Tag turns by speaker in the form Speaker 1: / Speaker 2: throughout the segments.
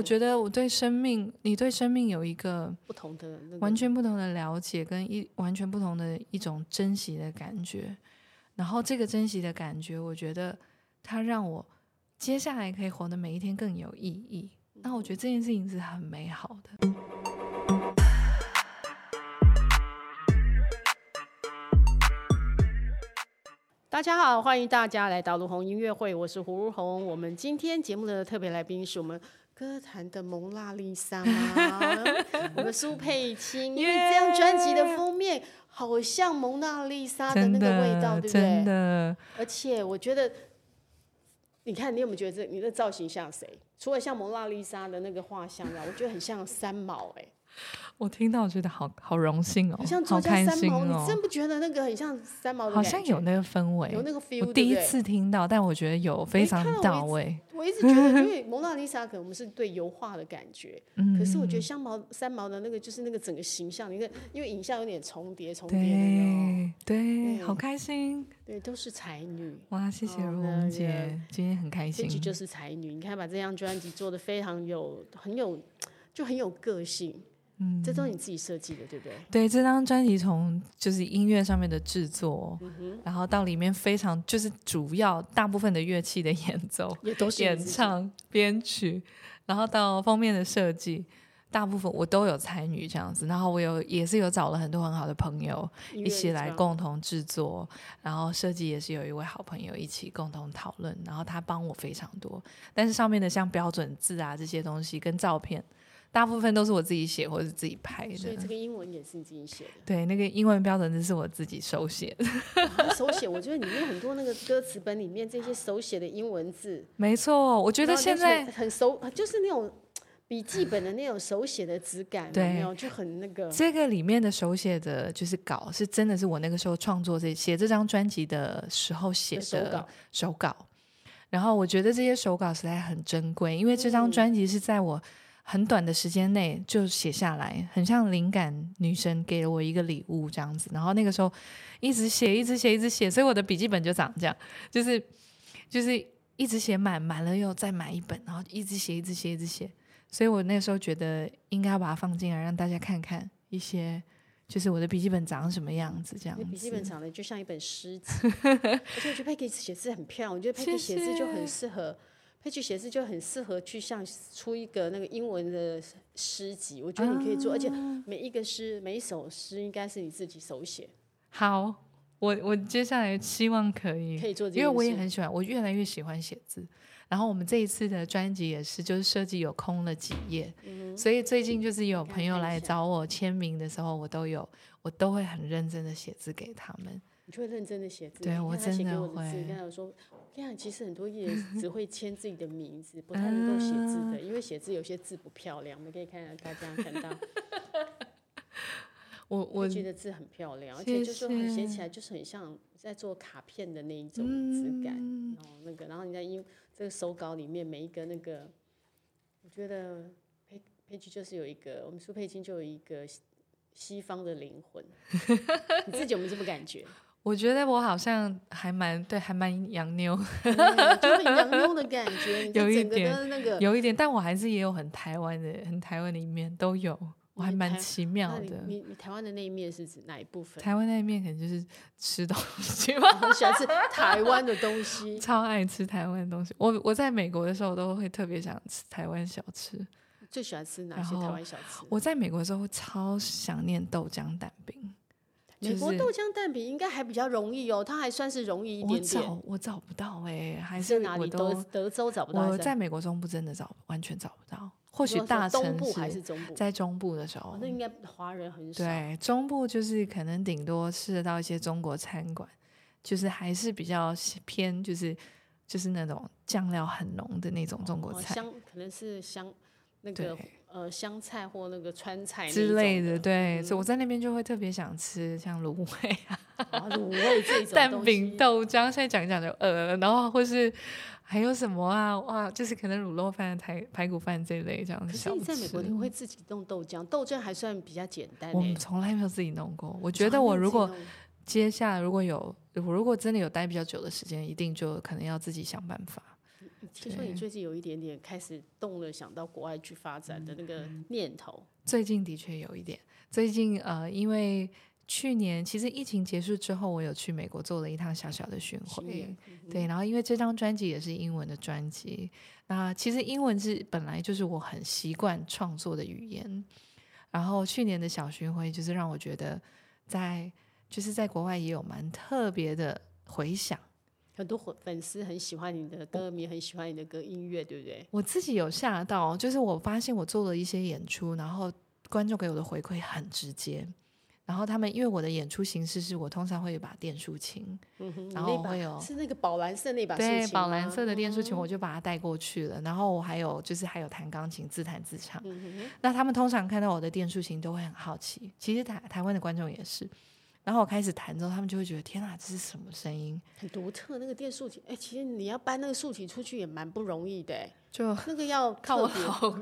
Speaker 1: 我觉得我对生命，你对生命有一个
Speaker 2: 不同的那个
Speaker 1: 完全不同的了解，跟一完全不同的一种珍惜的感觉。然后这个珍惜的感觉，我觉得它让我接下来可以活的每一天更有意义。那我觉得这件事情是很美好的。
Speaker 2: 大家好，欢迎大家来到卢红音乐会，我是胡如红。我们今天节目的特别来宾是我们歌坛的蒙娜丽 莎吗，我们苏佩青，因为这张专辑的封面好像蒙娜丽莎的
Speaker 1: 真
Speaker 2: 那个味道，
Speaker 1: 的，
Speaker 2: 对不
Speaker 1: 真
Speaker 2: 对？
Speaker 1: 的，
Speaker 2: 而且我觉得，你看你有没有觉得这你的造型像谁？除了像蒙娜丽莎的那个画像啊，我觉得很像三毛哎、
Speaker 1: 我听到觉得好好荣幸哦
Speaker 2: 很像，作
Speaker 1: 好
Speaker 2: 家
Speaker 1: 开
Speaker 2: 三
Speaker 1: 心
Speaker 2: 毛，
Speaker 1: 哦
Speaker 2: 你，真不觉得那个很像三毛的
Speaker 1: 好
Speaker 2: 感
Speaker 1: 像
Speaker 2: 觉
Speaker 1: 有那个氛围。
Speaker 2: 有那个 feel，
Speaker 1: 我第一
Speaker 2: 对不对
Speaker 1: 次听到，但我觉得有非常
Speaker 2: 看了我
Speaker 1: 到
Speaker 2: 一
Speaker 1: 位。
Speaker 2: 我一直觉得，因为蒙娜丽莎可能我们是对油画的感觉，
Speaker 1: 嗯，
Speaker 2: 可是我觉得三毛三毛的那个就是那个整个形象，你看，因为影像有点重叠重叠的那种，
Speaker 1: 对对，好
Speaker 2: 嗯
Speaker 1: 开心
Speaker 2: 对，都是才女。
Speaker 1: 哇！谢谢
Speaker 2: 哦
Speaker 1: 如
Speaker 2: 那
Speaker 1: 红
Speaker 2: 也
Speaker 1: 姐，今天很开
Speaker 2: 这
Speaker 1: 心
Speaker 2: 集。就是才女，你看把这张专辑做的非常有，很有，就很有个性。
Speaker 1: 嗯，
Speaker 2: 这都是你自己设计的，对不对？
Speaker 1: 对，这张专辑从就是音乐上面的制作，
Speaker 2: 嗯
Speaker 1: 然后到里面非常就是主要大部分的乐器的 演奏、
Speaker 2: 也都是你
Speaker 1: 演
Speaker 2: 自己，
Speaker 1: 唱、编曲，然后到封面的设计。大部分我都有参与这样子，然后我有也是有找了很多很好的朋友，
Speaker 2: 音乐
Speaker 1: 一起来
Speaker 2: 创
Speaker 1: 共同制作，然后设计也是有一位好朋友一起共同讨论，然后他帮我非常多，但是上面的像标准字啊这些东西跟照片，大部分都是我自己写或是自己拍
Speaker 2: 所以这
Speaker 1: 的。
Speaker 2: 个英文也是你自己写
Speaker 1: 对，那个英文标准字是我自己手写的，
Speaker 2: 的，哇手写。我觉得里面很多那个歌词本里面这些手写的英文字，
Speaker 1: 没错。我觉
Speaker 2: 然
Speaker 1: 得
Speaker 2: 后
Speaker 1: 现
Speaker 2: 就是很
Speaker 1: 在
Speaker 2: 很手，就是那种笔记本的那种手写的质感，有
Speaker 1: 对
Speaker 2: 没有就很那个。
Speaker 1: 这个里面的手写的，就是稿是真的是我那个时候创作这写这张专辑的时候写的
Speaker 2: 手稿
Speaker 1: 手稿然后我觉得这些手稿实在很珍贵，因为这张专辑是在我很短的时间内就写下来，很像灵感女神给了我一个礼物这样子。然后那个时候一直写，一直写，一直写，所以我的笔记本就长这样，就是就是一直写满，满了又再买一本，然后一直写，一直写，一直写。所以我那时候觉得应该要把它放进来，让大家看看一些，就是我的笔记本长什么样子这样
Speaker 2: 那
Speaker 1: 子。
Speaker 2: 笔记本长得就像一本诗 集，而且我觉得 Peggy 写字很漂亮，我觉得
Speaker 1: 谢
Speaker 2: Peggy 写
Speaker 1: 谢
Speaker 2: 字就很适合，Peggy 写字就很适合去像出一个那个英文的诗集，我觉得你可以做，而且
Speaker 1: 啊
Speaker 2: 每一个诗每一首诗应该是你自己手写，
Speaker 1: 好，我我接下来希望可以
Speaker 2: 可，以做这
Speaker 1: 因为
Speaker 2: 件
Speaker 1: 我也
Speaker 2: 事。
Speaker 1: 很喜欢，我越来越喜欢写字。然后我们这一次的专辑也是，就是设计有空了几页，
Speaker 2: 嗯
Speaker 1: 所以最近就是有朋友来找我签名的时候，我都有，我都会很认真的写字给他们。
Speaker 2: 你就会认真的写字，
Speaker 1: 对
Speaker 2: 你看
Speaker 1: 我
Speaker 2: 他写
Speaker 1: 真
Speaker 2: 给
Speaker 1: 的
Speaker 2: 我的字，
Speaker 1: 会
Speaker 2: 你看我说，我跟你讲，其实很 多艺人只会签自己的名字，不太能够写字的，因为写字有些字不漂亮。我们可以看到大家看到，
Speaker 1: 我
Speaker 2: 我
Speaker 1: 我
Speaker 2: 觉得字很漂亮，而且就说很写起来就是很像在做卡片的那一种质感，
Speaker 1: 嗯
Speaker 2: 然后那个，然后你在英这个手稿里面每一个那个，我觉得佩佩奇就是有一个，我们苏佩金就有一个西。西方的灵魂， 你自己有没有这么感觉？
Speaker 1: 我觉得我好像还蛮对，还蛮洋妞，
Speaker 2: 嗯就很洋妞的感觉， 你就
Speaker 1: 有一
Speaker 2: 整个
Speaker 1: 点
Speaker 2: 的那个
Speaker 1: 有一点，但我还是也有很台湾的，很台湾的一面都有，我还
Speaker 2: 你
Speaker 1: 蛮
Speaker 2: 台
Speaker 1: 奇妙
Speaker 2: 那你
Speaker 1: 的。
Speaker 2: 你你台湾的那一面是指哪一部分？
Speaker 1: 台湾那一面可能就是吃东西吧，，
Speaker 2: 很喜欢吃台湾的东西
Speaker 1: 超爱吃台湾的东西。我我在美国的时候都会特别想吃台湾小吃。
Speaker 2: 最喜欢吃哪
Speaker 1: 然
Speaker 2: 些台
Speaker 1: 后
Speaker 2: 湾小吃？
Speaker 1: 我在美国的时候会超想念豆浆蛋饼，就
Speaker 2: 美国
Speaker 1: 是
Speaker 2: 豆浆蛋饼应该还比较容易哦，它还算是容易一点
Speaker 1: 我
Speaker 2: 点。
Speaker 1: 找我找不到哎、还
Speaker 2: 你
Speaker 1: 是
Speaker 2: 在哪
Speaker 1: 我
Speaker 2: 里？
Speaker 1: 都
Speaker 2: 德德州找不到还
Speaker 1: 我
Speaker 2: 是哪里，
Speaker 1: 在美国中部真的找完全找不到，或
Speaker 2: 或
Speaker 1: 许大
Speaker 2: 东
Speaker 1: 城
Speaker 2: 部还是
Speaker 1: 市
Speaker 2: 中部，
Speaker 1: 在中部的时候
Speaker 2: 哦，那应该华人很少。哦
Speaker 1: 对，中部就是可能顶多吃得到一些中国餐馆，就是还是比较西偏，就是就是那种酱料很浓的那种中国
Speaker 2: 哦
Speaker 1: 菜、
Speaker 2: 香可能是香那
Speaker 1: 对
Speaker 2: 个呃香菜或那个川菜那一
Speaker 1: 之
Speaker 2: 种
Speaker 1: 类
Speaker 2: 的，嗯
Speaker 1: 对，所以我在那边就会特别想吃像芦苇啊、
Speaker 2: 哦卤味这种
Speaker 1: 蛋
Speaker 2: 东
Speaker 1: 饼、
Speaker 2: 西
Speaker 1: 豆浆，现在讲一讲就呃，然后或是还有什么啊哇，就是可能卤肉饭、排排骨饭这一类这样
Speaker 2: 可
Speaker 1: 的
Speaker 2: 是
Speaker 1: 小
Speaker 2: 你
Speaker 1: 吃。
Speaker 2: 在美国，你会自己弄豆浆，豆浆还算比较简单、欸。
Speaker 1: 我们从来没有自己弄过，我
Speaker 2: 我
Speaker 1: 觉得我如果
Speaker 2: 哦
Speaker 1: 接下来如果有我如果真的有待比较久的时间，一定就可能要自己想办法。
Speaker 2: 听说你最近有一点点开始动了想到国外去发展的那个
Speaker 1: 嗯
Speaker 2: 念头，
Speaker 1: 最近的确有一点，最近呃，因为去年其实疫情结束之后，我有去美国做了一趟小小的巡
Speaker 2: 去
Speaker 1: 回
Speaker 2: 年，
Speaker 1: 对，然后因为这张专辑也是英文的专辑，那其实英文是本来就是我很习惯创作的语言，然后去年的小巡回就是让我觉得在就是在国外也有蛮特别的回响。
Speaker 2: 很多粉粉丝很喜欢你的歌迷，很喜欢你的歌音乐，对不对？
Speaker 1: 我自己有吓到，就是我发现我做了一些演出，然后观众给我的回馈很直接。然后他们因为我的演出形式是我通常会有把电竖琴，
Speaker 2: 嗯哼，你
Speaker 1: 然后
Speaker 2: 那
Speaker 1: 哦
Speaker 2: 把
Speaker 1: 会有
Speaker 2: 是那个宝蓝色那把竖
Speaker 1: 对
Speaker 2: 琴
Speaker 1: 宝蓝
Speaker 2: 吗
Speaker 1: 色的电竖琴，我就把它带过去了。然后我还有就是还有弹钢琴，自弹自唱。
Speaker 2: 嗯
Speaker 1: 那他们通常看到我的电竖琴都会很好奇，其实台台湾的观众也是。然后我开始弹之后，他们就会觉得天啊，这是什么声音？
Speaker 2: 很独特那个电竖琴。哎，其实你要搬那个竖琴出去也蛮不容易的，哎
Speaker 1: 就
Speaker 2: 那 个要
Speaker 1: 看我
Speaker 2: 特别
Speaker 1: 老公，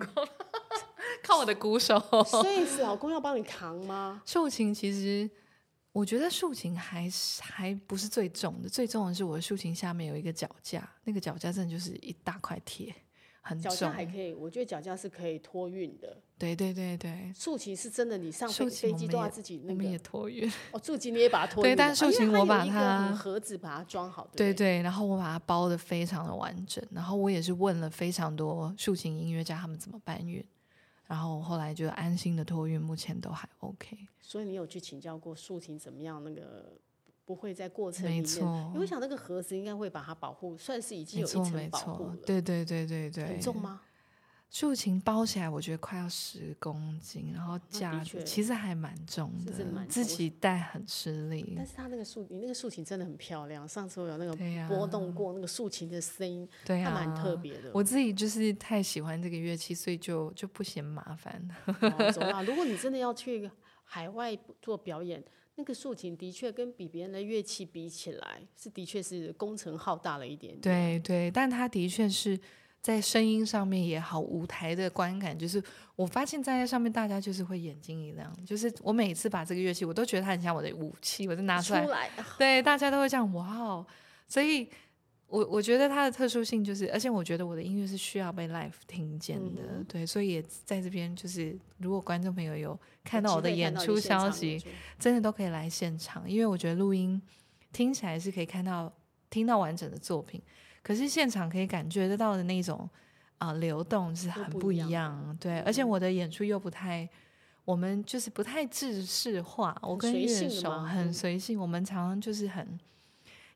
Speaker 1: 看我的鼓手。
Speaker 2: 所以是老公要帮你扛吗？
Speaker 1: 竖琴其实，我觉得竖琴还是还不是最重的，最重的是我的竖琴下面有一个脚架，那个脚架真的就是一大块铁， 很
Speaker 2: 脚
Speaker 1: 重欸
Speaker 2: 架。还可以，我觉得脚架是可以托运的。
Speaker 1: 对对对对，
Speaker 2: 竖琴是真的，你上飞
Speaker 1: 竖琴
Speaker 2: 飞
Speaker 1: 我
Speaker 2: 机
Speaker 1: 们
Speaker 2: 都要
Speaker 1: 也
Speaker 2: 自己
Speaker 1: 我
Speaker 2: 那
Speaker 1: 们也
Speaker 2: 个。
Speaker 1: 托运。
Speaker 2: 哦，竖琴你也把它托
Speaker 1: 对
Speaker 2: 运的
Speaker 1: 但
Speaker 2: 吧
Speaker 1: 竖
Speaker 2: 因为
Speaker 1: 琴
Speaker 2: 它
Speaker 1: 我
Speaker 2: 有
Speaker 1: 把
Speaker 2: 一个
Speaker 1: 它
Speaker 2: 很盒子把它装好，
Speaker 1: 对
Speaker 2: 不对？
Speaker 1: 对，然后我把它包的非常的完整，然后我也是问了非常多竖琴音乐家他们怎么搬运，然后后来就安心的托运，目前都还 OK。
Speaker 2: 所以你有去请教过竖琴怎么样那个不会在过程
Speaker 1: 没
Speaker 2: 里面，因为
Speaker 1: 错
Speaker 2: 我，想那个盒子应该会把它保护，算是已经
Speaker 1: 没
Speaker 2: 有一
Speaker 1: 错，
Speaker 2: 层
Speaker 1: 没
Speaker 2: 保护
Speaker 1: 错
Speaker 2: 了。，
Speaker 1: 对对对对对，
Speaker 2: 很重吗？
Speaker 1: 竖琴包起来，我觉得快要十公斤，然后
Speaker 2: 哦的
Speaker 1: 架
Speaker 2: 确
Speaker 1: 子其实还蛮重
Speaker 2: 是
Speaker 1: 的，
Speaker 2: 真的蛮
Speaker 1: 自
Speaker 2: 重
Speaker 1: 己带很吃力
Speaker 2: 但。是它那个竖，你那个竖琴真的很漂亮。上次我有那个
Speaker 1: 对呀
Speaker 2: 拨动过那个竖琴的声音，
Speaker 1: 对
Speaker 2: 它
Speaker 1: 啊，
Speaker 2: 蛮特。别的。
Speaker 1: 我自己就是太喜欢这个乐器，所以就就不嫌麻烦。
Speaker 2: 哦走啦！如果你真的要去海外做表演，那个竖琴的确跟比别人的乐器比起来，是的确是工程浩大了一点点。
Speaker 1: 对对，但它的确是在声音上面也好，舞台的观感就是，我发现站在上面大家就是会眼睛一亮，就是我每次把这个乐器，我都觉得它很像我的武器，我就拿
Speaker 2: 出
Speaker 1: 出来，
Speaker 2: 来，
Speaker 1: 对，大家都会这样哇哦，所以我我觉得它的特殊性就是，而且我觉得我的音乐是需要被 live 听见的，
Speaker 2: 嗯哼
Speaker 1: 对，所以也在这边就是，如果观众朋友有
Speaker 2: 啊有
Speaker 1: 看到我
Speaker 2: 机会
Speaker 1: 演
Speaker 2: 看到你
Speaker 1: 出
Speaker 2: 现场
Speaker 1: 消息，
Speaker 2: 演出，
Speaker 1: 真的都可以来现场，因为我觉得录音听起来是可以看到听到完整的作品，可是现场可以感觉得到的那种啊、流动是很
Speaker 2: 不
Speaker 1: 不
Speaker 2: 一
Speaker 1: 一
Speaker 2: 样
Speaker 1: 样，
Speaker 2: 的
Speaker 1: 对，而且
Speaker 2: 嗯
Speaker 1: 我的演出又不太。我们就是不太制式化，我
Speaker 2: 很
Speaker 1: 跟
Speaker 2: 随性
Speaker 1: 乐
Speaker 2: 的
Speaker 1: 手
Speaker 2: 吗
Speaker 1: 很
Speaker 2: 嗯
Speaker 1: 随性，我们常常就是很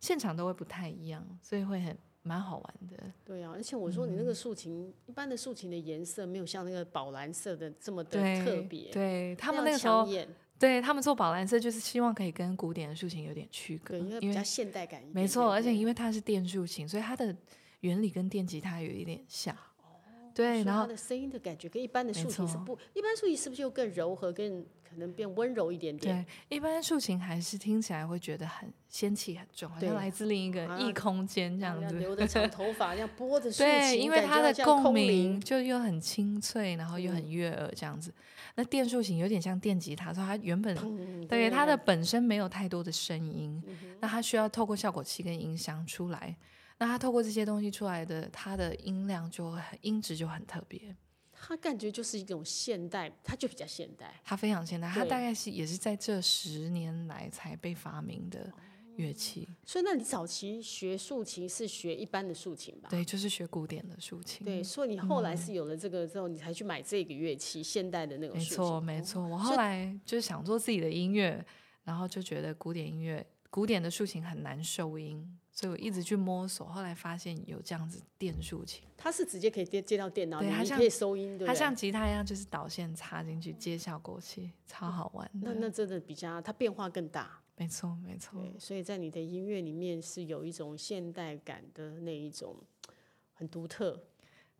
Speaker 1: 现场都会不太一样，所以会很蛮好玩的。
Speaker 2: 对啊，而且我说你那
Speaker 1: 嗯
Speaker 2: 个竖琴，一般的竖琴的颜色没有像那个宝蓝色的这么的
Speaker 1: 对，
Speaker 2: 特别，
Speaker 1: 对他们
Speaker 2: 要
Speaker 1: 那个时
Speaker 2: 抢
Speaker 1: 候，
Speaker 2: 眼
Speaker 1: 对他们做宝蓝色就是希望可以跟古典的竖琴有点区隔，
Speaker 2: 对，因为
Speaker 1: 因
Speaker 2: 比较
Speaker 1: 为
Speaker 2: 现代感一点。
Speaker 1: 没错，
Speaker 2: 对
Speaker 1: 而
Speaker 2: 不
Speaker 1: 且
Speaker 2: 对
Speaker 1: 因为它是电竖琴，所以它的原理跟电吉他有一点像。
Speaker 2: 哦
Speaker 1: 对，
Speaker 2: 所以
Speaker 1: 然
Speaker 2: 它
Speaker 1: 后
Speaker 2: 的声音的感觉跟一般的
Speaker 1: 没
Speaker 2: 竖琴是
Speaker 1: 错
Speaker 2: 不，一般竖琴是不是又更柔和，更可能变温柔一点点？
Speaker 1: 对，一般竖琴还是听起来会觉得很仙气很重，好
Speaker 2: 对啊
Speaker 1: 像来自另一个
Speaker 2: 好像
Speaker 1: 异空间这
Speaker 2: 然
Speaker 1: 样
Speaker 2: 嗯后要
Speaker 1: 子。
Speaker 2: 留着 长头发，这样拨着竖琴，
Speaker 1: 对，因为
Speaker 2: 感觉
Speaker 1: 它
Speaker 2: 好
Speaker 1: 的
Speaker 2: 像
Speaker 1: 共
Speaker 2: 空
Speaker 1: 鸣
Speaker 2: 灵，嗯
Speaker 1: 就又很清脆，然后又很悦耳这样子。那电竖琴有点像电吉他，所以它原本
Speaker 2: 砰嗯
Speaker 1: 对它
Speaker 2: 那
Speaker 1: 的
Speaker 2: 种
Speaker 1: 本身没有太多的声音，那它需要透过效果器跟音箱出来。那它透过这些东西出来的，它的音量就很音质就很特别，
Speaker 2: 它感觉就是一种现代，它就比较现代。
Speaker 1: 它非常现代，它
Speaker 2: 对
Speaker 1: 大概是也是在这十年来才被发明的乐器。
Speaker 2: 所以，那你早期学竖琴是学一般的竖琴吧？
Speaker 1: 对，就是学古典的竖琴。
Speaker 2: 对，所以你后
Speaker 1: 嗯
Speaker 2: 来是有了这个之后，你才去买这个乐器，现代的那种
Speaker 1: 没
Speaker 2: 竖
Speaker 1: 错，
Speaker 2: 琴
Speaker 1: 没
Speaker 2: 哦
Speaker 1: 错。我
Speaker 2: 所
Speaker 1: 后
Speaker 2: 以
Speaker 1: 来就是想做自己的音乐，然后就觉得古典音乐、古典的竖琴很难收音，所以我一直去摸索。后来发现有这样子电竖琴，
Speaker 2: 它是直接可以接接到电脑里，
Speaker 1: 对它
Speaker 2: 你
Speaker 1: 像
Speaker 2: 可以收音，对不
Speaker 1: 它
Speaker 2: 对
Speaker 1: 像吉他一样，就是导线插进去接效果器，超好玩
Speaker 2: 那
Speaker 1: 的。
Speaker 2: 那真的比较，它变化更大。
Speaker 1: 没错，没错。
Speaker 2: 对，所以在你的音乐里面是有一种现代感的那一种，很独特。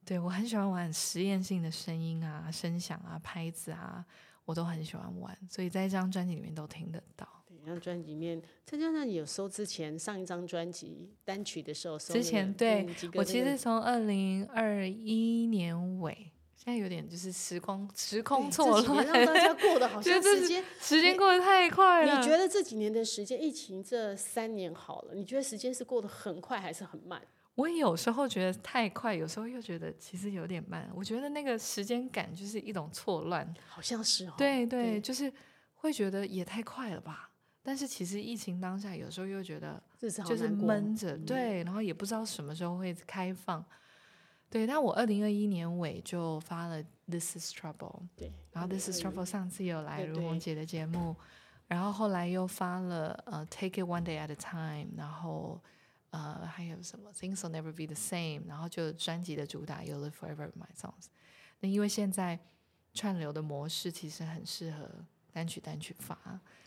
Speaker 1: 对我很喜欢玩实验性的声音啊、声响啊、拍子啊，我都很喜欢玩，所以在这张专辑里面都听得到。
Speaker 2: 对，那专辑里面，这张专辑有收之前上一张专辑单曲的时候收那
Speaker 1: 之
Speaker 2: 个，
Speaker 1: 前对
Speaker 2: 嗯几个
Speaker 1: 我
Speaker 2: 那
Speaker 1: 其
Speaker 2: 个
Speaker 1: 实从二零二一年尾，现在有点就是时空时
Speaker 2: 对
Speaker 1: 空
Speaker 2: 这
Speaker 1: 错
Speaker 2: 几年
Speaker 1: 乱，
Speaker 2: 让大家 过得好
Speaker 1: 觉
Speaker 2: 像
Speaker 1: 得这
Speaker 2: 时
Speaker 1: 是
Speaker 2: 间。
Speaker 1: 时间过得太快了。
Speaker 2: 你觉得这几年的时间，疫情这三年好了，你觉得时间是过得很快还是很慢？
Speaker 1: 我也有时候觉得太快，有时候又觉得其实有点慢。我觉得那个时间感就是一种错乱，
Speaker 2: 好像是哦。
Speaker 1: 对
Speaker 2: 对
Speaker 1: 对，就是会觉得也太快了吧。但是其实疫情当下，有时候又觉得
Speaker 2: 日子好
Speaker 1: 就是
Speaker 2: 难过，
Speaker 1: 闷着，
Speaker 2: 嗯
Speaker 1: 对，然后也不知道什么时候会开放。对，但我二零二一年尾就发了《This Is Trouble》，
Speaker 2: 对。
Speaker 1: 然后《This Is
Speaker 2: 嗯
Speaker 1: Trouble》上次也有来
Speaker 2: 对
Speaker 1: 如虹
Speaker 2: 对
Speaker 1: 姐的节目，然后后来又发了呃《Take It One Day at a Time》，然后呃还有什么《Things Will Never Be the Same》，然后就专辑的主打《You Live Forever in My Songs》。那因为现在串流的模式其实很适合单曲单曲发，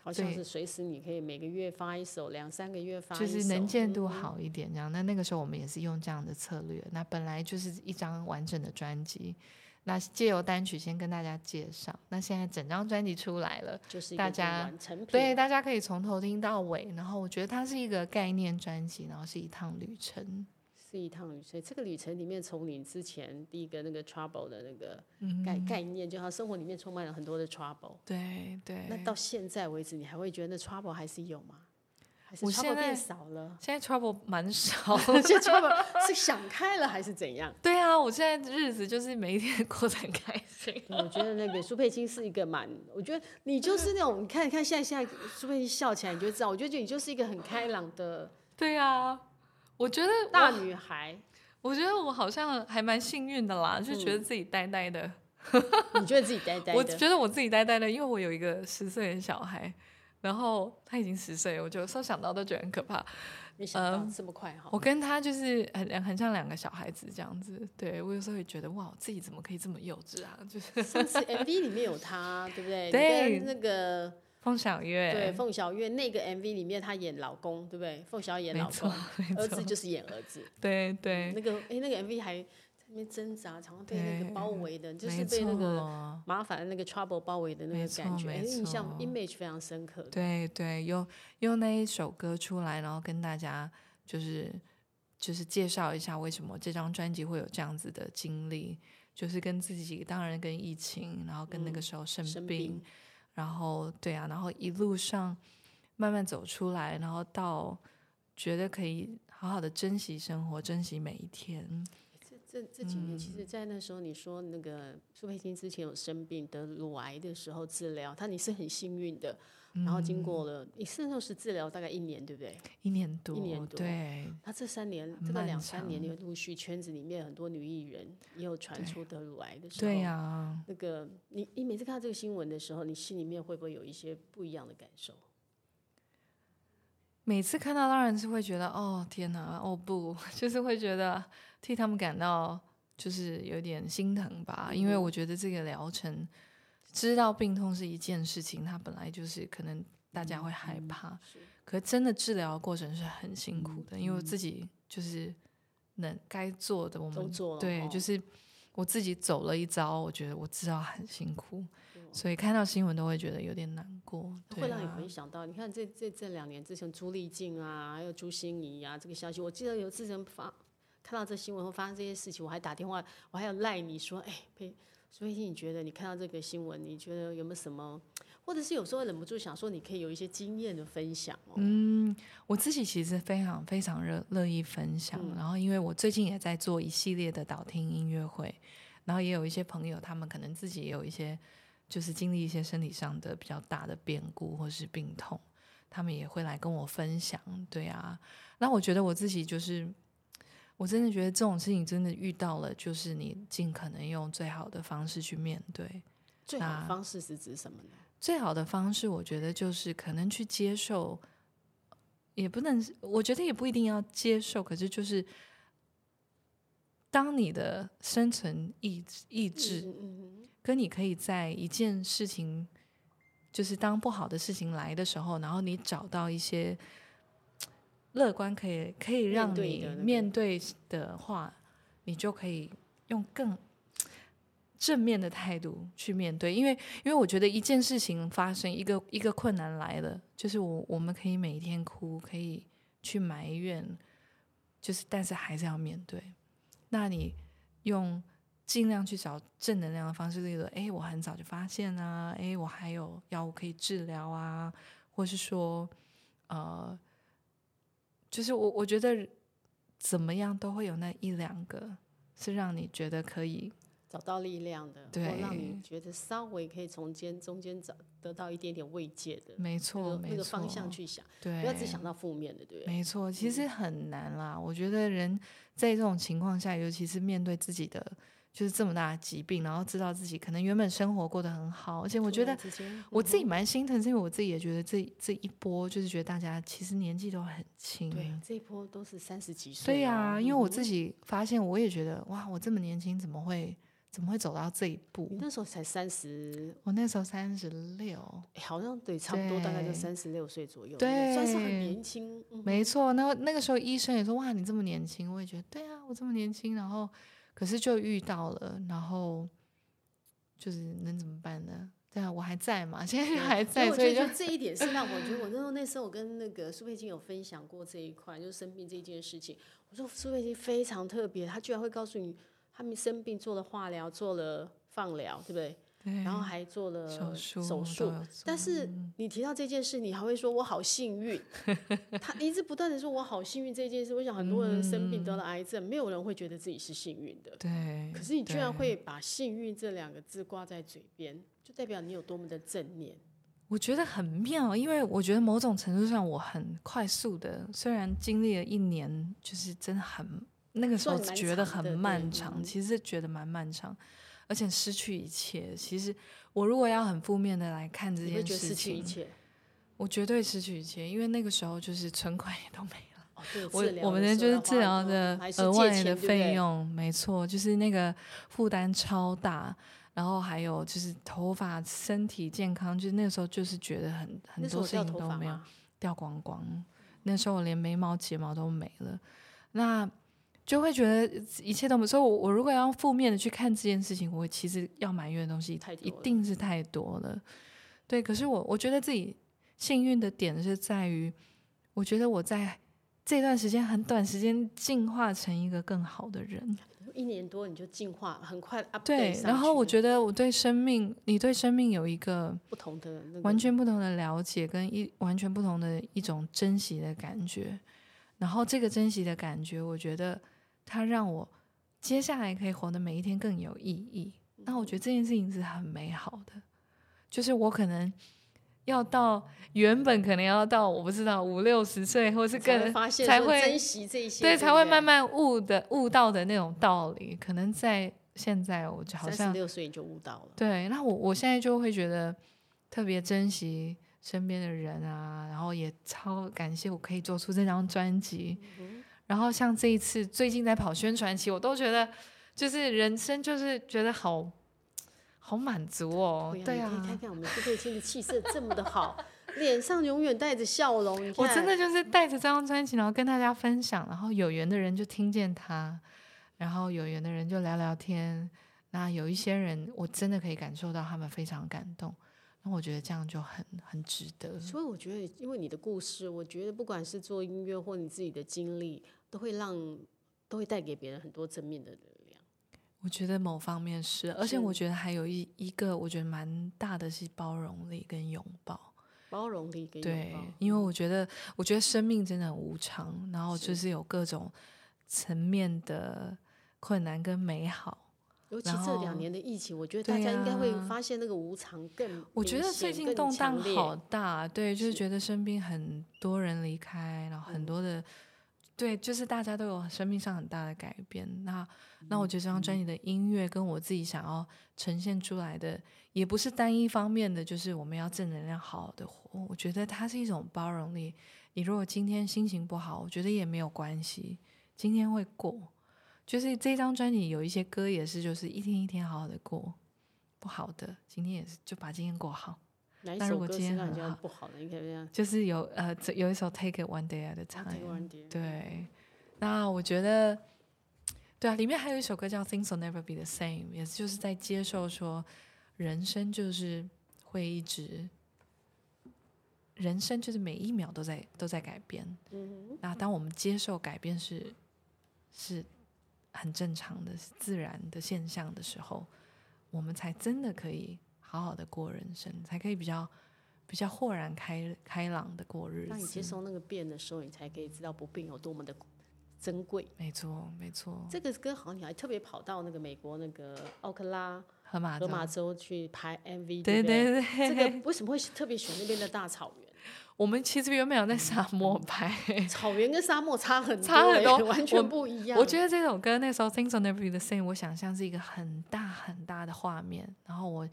Speaker 2: 好像
Speaker 1: 对
Speaker 2: 是随时你可以每个月发一首，两三个月发一首，
Speaker 1: 就是能见度
Speaker 2: 嗯
Speaker 1: 好一点这样。那那个时候我们也是用这样的策略。那本来就是一张完整的专辑，那借由单曲先跟大家介绍。那现在整张专辑出来了，
Speaker 2: 就是一
Speaker 1: 大
Speaker 2: 个
Speaker 1: 家
Speaker 2: 完成品，
Speaker 1: 对，大家可以从头听到尾。然后我觉得它是一个概念专辑，然后是一趟旅程。
Speaker 2: 是一趟旅程。这个旅程里面，从你之前第一个那个 trouble 的那个
Speaker 1: 嗯
Speaker 2: 概、概念，就好像生活里面充满了很多的 trouble。
Speaker 1: 对对。
Speaker 2: 那到现在为止，你还会觉得那 trouble 还是有吗？还是
Speaker 1: 我
Speaker 2: trouble
Speaker 1: 现在
Speaker 2: 变少 了？。
Speaker 1: 现在 trouble 蛮少
Speaker 2: 这 trouble 是想开了还是怎样？
Speaker 1: 对啊，我现在日子就是每一天过得很开心。
Speaker 2: 我觉得那个苏佩青是一个蛮，我觉得你就是那种，你看看现在现在苏佩青笑起来，你就知道，我觉得你就是一个很开朗的
Speaker 1: 对啊，我觉得
Speaker 2: 大女孩。
Speaker 1: 我觉得我好像还蛮幸运的啦，就觉得自己呆呆的。
Speaker 2: 你觉得自己呆呆
Speaker 1: 我
Speaker 2: 的？
Speaker 1: 觉得我自己呆呆的，因为我有一个十岁的小孩，然后他已经十岁了，我就说想到都觉得很可怕。
Speaker 2: 没想
Speaker 1: 嗯
Speaker 2: 到这么快哈
Speaker 1: 我！跟他就是很很像两个小孩子这样子，对我有时候也觉得哇，我自己怎么可以这么幼稚啊？就是
Speaker 2: 上次 MV 里面有她，对不对？你
Speaker 1: 对
Speaker 2: 跟那个
Speaker 1: 风小月，
Speaker 2: 对凤小岳那个 MV 里面，她演老公，对不对？凤小岳演
Speaker 1: 没
Speaker 2: 老
Speaker 1: 错
Speaker 2: 公，
Speaker 1: 没
Speaker 2: 儿
Speaker 1: 错
Speaker 2: 子，就是演儿子。
Speaker 1: 对对，
Speaker 2: 那个哎，那个 MV 还在那边挣扎，常常被那个
Speaker 1: 对嗯
Speaker 2: 包围的，就是
Speaker 1: 没
Speaker 2: 被那个
Speaker 1: 错
Speaker 2: 麻烦的那个 trouble 包围的那
Speaker 1: 没
Speaker 2: 个
Speaker 1: 错
Speaker 2: 感觉，哎，
Speaker 1: 没
Speaker 2: 印象
Speaker 1: 错
Speaker 2: image 非常深刻。
Speaker 1: 对对，用用那一首歌出来，然后跟大家就是就是介绍一下为什么这张专辑会有这样子的经历，就是跟自己，当然跟疫情，然后跟那个时候嗯生
Speaker 2: 生
Speaker 1: 病，
Speaker 2: 病
Speaker 1: 然后对啊，然后一路上慢慢走出来，然后到觉得可以好好的珍惜生活，珍惜每一天。
Speaker 2: 这这这几年，其
Speaker 1: 嗯
Speaker 2: 实，在那时候你说那个苏佩青之前有生病得乳癌的时候治疗，她你是很幸运的，
Speaker 1: 嗯
Speaker 2: 然后经过了你是那时候是治疗大概一年，对不对？
Speaker 1: 一年多，
Speaker 2: 年多
Speaker 1: 对
Speaker 2: 她这三年
Speaker 1: 很
Speaker 2: 这个
Speaker 1: 漫
Speaker 2: 两三年，
Speaker 1: 长
Speaker 2: 你有陆续圈子里面很多女艺人也有传出得乳癌的时候，
Speaker 1: 对呀、啊，
Speaker 2: 那个你你每次看到这个新闻的时候，你心里面会不会有一些不一样的感受？
Speaker 1: 每次看到当然是会觉得哦天哪，哦不， 就是会觉得替他们感到就是有点心疼吧，因
Speaker 2: 嗯
Speaker 1: 为我觉得这个疗程知道病痛是一件事情，它本来就是可能大
Speaker 2: 嗯
Speaker 1: 家会害怕，
Speaker 2: 是
Speaker 1: 可真的治疗的过程是很辛苦
Speaker 2: 嗯
Speaker 1: 的，因为我自己就是能该做的我
Speaker 2: 都
Speaker 1: 们
Speaker 2: 做了，哦
Speaker 1: 对，就是是我自己走了一遭，我觉得我知道很辛苦
Speaker 2: 对哦，
Speaker 1: 所以看到新闻都会觉得有点难过，对
Speaker 2: 会让你
Speaker 1: 啊
Speaker 2: 回想到，你看这这这两年之前朱丽静啊，还有朱心怡啊，这个消息，我记得有之前发看到这新闻后发生这些事情，我还打电话，我还有赖你说，哎，佩苏佩欣，你觉得你看到这个新闻，你觉得有没有什么，或者是有时候忍不住想说，你可以有一些经验的分享哦，
Speaker 1: 嗯，我自己其实非常非常热乐意分享，
Speaker 2: 嗯
Speaker 1: 然后因为我最近也在做一系列的导听音乐会，然后也有一些朋友，他们可能自己也有一些就是经历一些身体上的比较大的变故或是病痛，他们也会来跟我分享。对啊，那我觉得我自己就是，我真的觉得这种事情真的遇到了，就是你尽可能用最好的方式去面对。
Speaker 2: 最好的
Speaker 1: 那
Speaker 2: 方式是指什么呢？
Speaker 1: 最好的方式，我觉得就是可能去接受，也不能，我觉得也不一定要接受，可是就是当你的生存意志意志
Speaker 2: 嗯嗯
Speaker 1: 跟你可以在一件事情，就是当不好的事情来的时候，然后你找到一些乐观可以可以让
Speaker 2: 面对
Speaker 1: 你
Speaker 2: 的那个
Speaker 1: 面对的话，你就可以用更正面的态度去面对，因为因为我觉得一件事情发生，一个一个困难来了，就是我我们可以每一天哭，可以去埋怨，就是但是还是要面对。那你用尽量去找正能量的方式，例如，哎，我很早就发现啊，哎，我还有药物可以治疗啊，或是说，呃，就是我我觉得怎么样都会有那一两个是让你觉得可以
Speaker 2: 找到力量的，或
Speaker 1: 对
Speaker 2: 让你觉得稍微可以从间中间找得到一点点慰藉的，
Speaker 1: 没
Speaker 2: 那
Speaker 1: 错
Speaker 2: 个
Speaker 1: 没错
Speaker 2: 那个方向去想，
Speaker 1: 对，
Speaker 2: 不要只想到负面的，对不对？
Speaker 1: 没错，其
Speaker 2: 嗯
Speaker 1: 实很难啦。我觉得人在这种情况下，尤其是面对自己的就是这么大的疾病，然后知道自己可能原本生活过得很好，而且我
Speaker 2: 我
Speaker 1: 觉得我
Speaker 2: 嗯
Speaker 1: 自己蛮心疼，是因为我自己也觉得这这一波就是觉得大家其实年纪都很轻，
Speaker 2: 对这一波都是三十几岁，
Speaker 1: 对呀、
Speaker 2: 呀，
Speaker 1: 因为我
Speaker 2: 嗯
Speaker 1: 自己发现，我也觉得哇，我这么年轻，怎么会怎么会走到这一
Speaker 2: 你
Speaker 1: 步？
Speaker 2: 那时候才三十，哎
Speaker 1: 我那时候三十六，
Speaker 2: 好像对，差不多大概就
Speaker 1: 对
Speaker 2: 三十六岁左右，对算是很
Speaker 1: 对
Speaker 2: 年轻，嗯
Speaker 1: 没错。那那个时候医生也说哇，你这么年轻，我也觉得对啊，我这么年轻，然后可是就遇到了，然后就是能怎么办呢？对啊，我还在嘛，现在就还
Speaker 2: 啊所以
Speaker 1: 在，
Speaker 2: 我
Speaker 1: 所以
Speaker 2: 觉
Speaker 1: 就
Speaker 2: 得这一点是让我觉得，我那时候那时候我跟那个苏佩金有分享过这一块，就是生病这件事情。我说苏佩金非常特别，他居然会告诉你，他们生病做了化疗，做了放疗，对不对？
Speaker 1: 对
Speaker 2: 然后还做了
Speaker 1: 手术
Speaker 2: 手
Speaker 1: 都
Speaker 2: 术
Speaker 1: 有
Speaker 2: 但
Speaker 1: 做
Speaker 2: 是你提到这件事，你还会说我好 幸运。他一直不断的说我好幸运这件事，我想很多人生病得了癌症，没有人会觉得自己是幸运的。
Speaker 1: 嗯对，
Speaker 2: 可是你居然
Speaker 1: 对
Speaker 2: 会把幸运这两个字挂在嘴边，就代表你有多么的正念。
Speaker 1: 我觉得很妙，因为我觉得某种程度上，我很快速的，虽然经历了一年，就是真的很那个时候
Speaker 2: 算蛮
Speaker 1: 觉得
Speaker 2: 长
Speaker 1: 很
Speaker 2: 的对
Speaker 1: 漫长，
Speaker 2: 嗯
Speaker 1: 其实觉得蛮漫长，而且失去一切。其实我如果要很负面的来看这
Speaker 2: 你会
Speaker 1: 件
Speaker 2: 觉得失
Speaker 1: 事
Speaker 2: 去一
Speaker 1: 情，
Speaker 2: 切。
Speaker 1: 我绝对失去一切，因为那个时候就是存款也都没了。
Speaker 2: 哦对
Speaker 1: 我
Speaker 2: 治疗
Speaker 1: 我们
Speaker 2: 的
Speaker 1: 的
Speaker 2: 时
Speaker 1: 就
Speaker 2: 候
Speaker 1: 是
Speaker 2: 要
Speaker 1: 治
Speaker 2: 花
Speaker 1: 疗
Speaker 2: 很多
Speaker 1: 的
Speaker 2: 还是
Speaker 1: 额
Speaker 2: 借
Speaker 1: 外
Speaker 2: 钱
Speaker 1: 的
Speaker 2: 对不
Speaker 1: 费
Speaker 2: 对
Speaker 1: 用，没错，就是那个负担超大，然后还有就是头发、身体健康，就是那时候就是觉得很很
Speaker 2: 那时
Speaker 1: 多
Speaker 2: 候
Speaker 1: 事
Speaker 2: 掉
Speaker 1: 情
Speaker 2: 头
Speaker 1: 都
Speaker 2: 发
Speaker 1: 没有
Speaker 2: 吗？
Speaker 1: 掉光光，那时候我连眉毛、睫毛都没了，那就会觉得一切都没有。所以我，我如果要负面的去看这件事情，我其实要埋怨的东西
Speaker 2: 太多
Speaker 1: 一
Speaker 2: 了
Speaker 1: 定是太多了。对，可是我我觉得自己幸运的点是在于，我觉得我在这段时间很短时间进化成一个更好的人。
Speaker 2: 一年多你就进化，很快 u p
Speaker 1: 对，然后我觉得我对生命，你对生命有一个
Speaker 2: 不同的那个
Speaker 1: 完全不同的了解，跟一完全不同的一种珍惜的感觉。然后这个珍惜的感觉，我觉得它让我接下来可以活的每一天更有意义。
Speaker 2: 嗯
Speaker 1: 那我觉得这件事情是很美好的，就是我可能要到原本可能要到我不知道五六十岁，或是
Speaker 2: 你才会
Speaker 1: 更
Speaker 2: 发现
Speaker 1: 才
Speaker 2: 说
Speaker 1: 会
Speaker 2: 珍惜这些，
Speaker 1: 对
Speaker 2: 对，
Speaker 1: 才会慢。慢悟的悟到的那种道理，可能在现在我就好
Speaker 2: 三
Speaker 1: 像
Speaker 2: 十六岁你就悟到了，
Speaker 1: 对，那我我现在就会觉得特别珍惜身边的人啊，然后也超感谢我可以做出这张专辑。
Speaker 2: 嗯
Speaker 1: 然后像这一次最近在跑宣传期，我都觉得就是人生就是觉得好好满足哦
Speaker 2: 对，
Speaker 1: 对
Speaker 2: 你可以
Speaker 1: 啊
Speaker 2: 看。看我们苏佩青的气色这么的好，脸上永远带着笑容。你
Speaker 1: 我
Speaker 2: 看
Speaker 1: 真的就是带着这张专辑，然后跟大家分享，然后有缘的人就听见它，然后有缘的人就聊聊天。那有一些人，我真的可以感受到他们非常感动，那我觉得这样就很很值得。
Speaker 2: 所以我觉得，因为你的故事，我觉得不管是做音乐或你自己的经历，都会让都会带给别人很多正面的能量。
Speaker 1: 我觉得某方面是，而且
Speaker 2: 是
Speaker 1: 我觉得还有一一个我觉得蛮大的是包容力跟拥抱。
Speaker 2: 包容力跟拥
Speaker 1: 对嗯
Speaker 2: 抱，
Speaker 1: 因为我觉得，我觉得生命真的很无常，然后就是是有各种层面的困难跟美好。
Speaker 2: 尤其
Speaker 1: 然
Speaker 2: 这
Speaker 1: 后
Speaker 2: 两年的疫情，我觉得大
Speaker 1: 对
Speaker 2: 家应该会
Speaker 1: 呀
Speaker 2: 发现那个无常更
Speaker 1: 我觉
Speaker 2: 明
Speaker 1: 得最
Speaker 2: 显
Speaker 1: 近
Speaker 2: 更
Speaker 1: 动荡
Speaker 2: 强烈
Speaker 1: 好大，对，就是
Speaker 2: 是
Speaker 1: 觉得身边很多人离开，然后
Speaker 2: 嗯
Speaker 1: 很多的，对，就是大家都有生命上很大的改变。那那
Speaker 2: 嗯
Speaker 1: 我觉得这张专辑的音乐跟我自己想要呈现出来的，也不是单一方面的，就是我们要正能量好好的活。我觉得它是一种包容力。你如果今天心情不好，我觉得也没有关系，今天会过。就是这张专辑有一些歌也是，就是一天一天好好的过，不好的今天也是就把今天过好。
Speaker 2: 哪一
Speaker 1: 但如
Speaker 2: 首
Speaker 1: 果
Speaker 2: 歌
Speaker 1: 今天
Speaker 2: 是让人
Speaker 1: 很
Speaker 2: 家
Speaker 1: 好
Speaker 2: 不好的？你可以这样
Speaker 1: 就是有呃，这有一首《Take It One Day at a Time》，
Speaker 2: take one day。
Speaker 1: 对。那我觉得，对啊，里面还有一首歌叫《Things Will Never Be the Same》，也就是在接受说，人生就是会一直，人生就是每一秒都在都在改变。
Speaker 2: 嗯
Speaker 1: 那当我们接受改变是是很正常的、是自然的现象的时候，我们才真的可以好好的过人生，才可以比较比较豁然开开朗的过
Speaker 2: 哼，
Speaker 1: 日
Speaker 2: 当你接
Speaker 1: 子。
Speaker 2: 受那个变的时候，你才可以知道不变有多么的珍贵。
Speaker 1: 没错，没错，
Speaker 2: 这个歌好像你还特别跑到那个美国那个奥克拉
Speaker 1: 河马
Speaker 2: 荷
Speaker 1: 洲
Speaker 2: 马州去拍 MV，
Speaker 1: 对
Speaker 2: 不对
Speaker 1: 对 对，
Speaker 2: 这个为什么会特别选那边的大草 原？
Speaker 1: 我们其实原本有在沙漠拍，
Speaker 2: 草原跟沙漠差很多、欸，
Speaker 1: 差很多
Speaker 2: 完
Speaker 1: 我
Speaker 2: 全不一 样。啊
Speaker 1: 我觉得这首歌那时候《Things on Every the Same》，我想象是一个很大很大的画面，然后我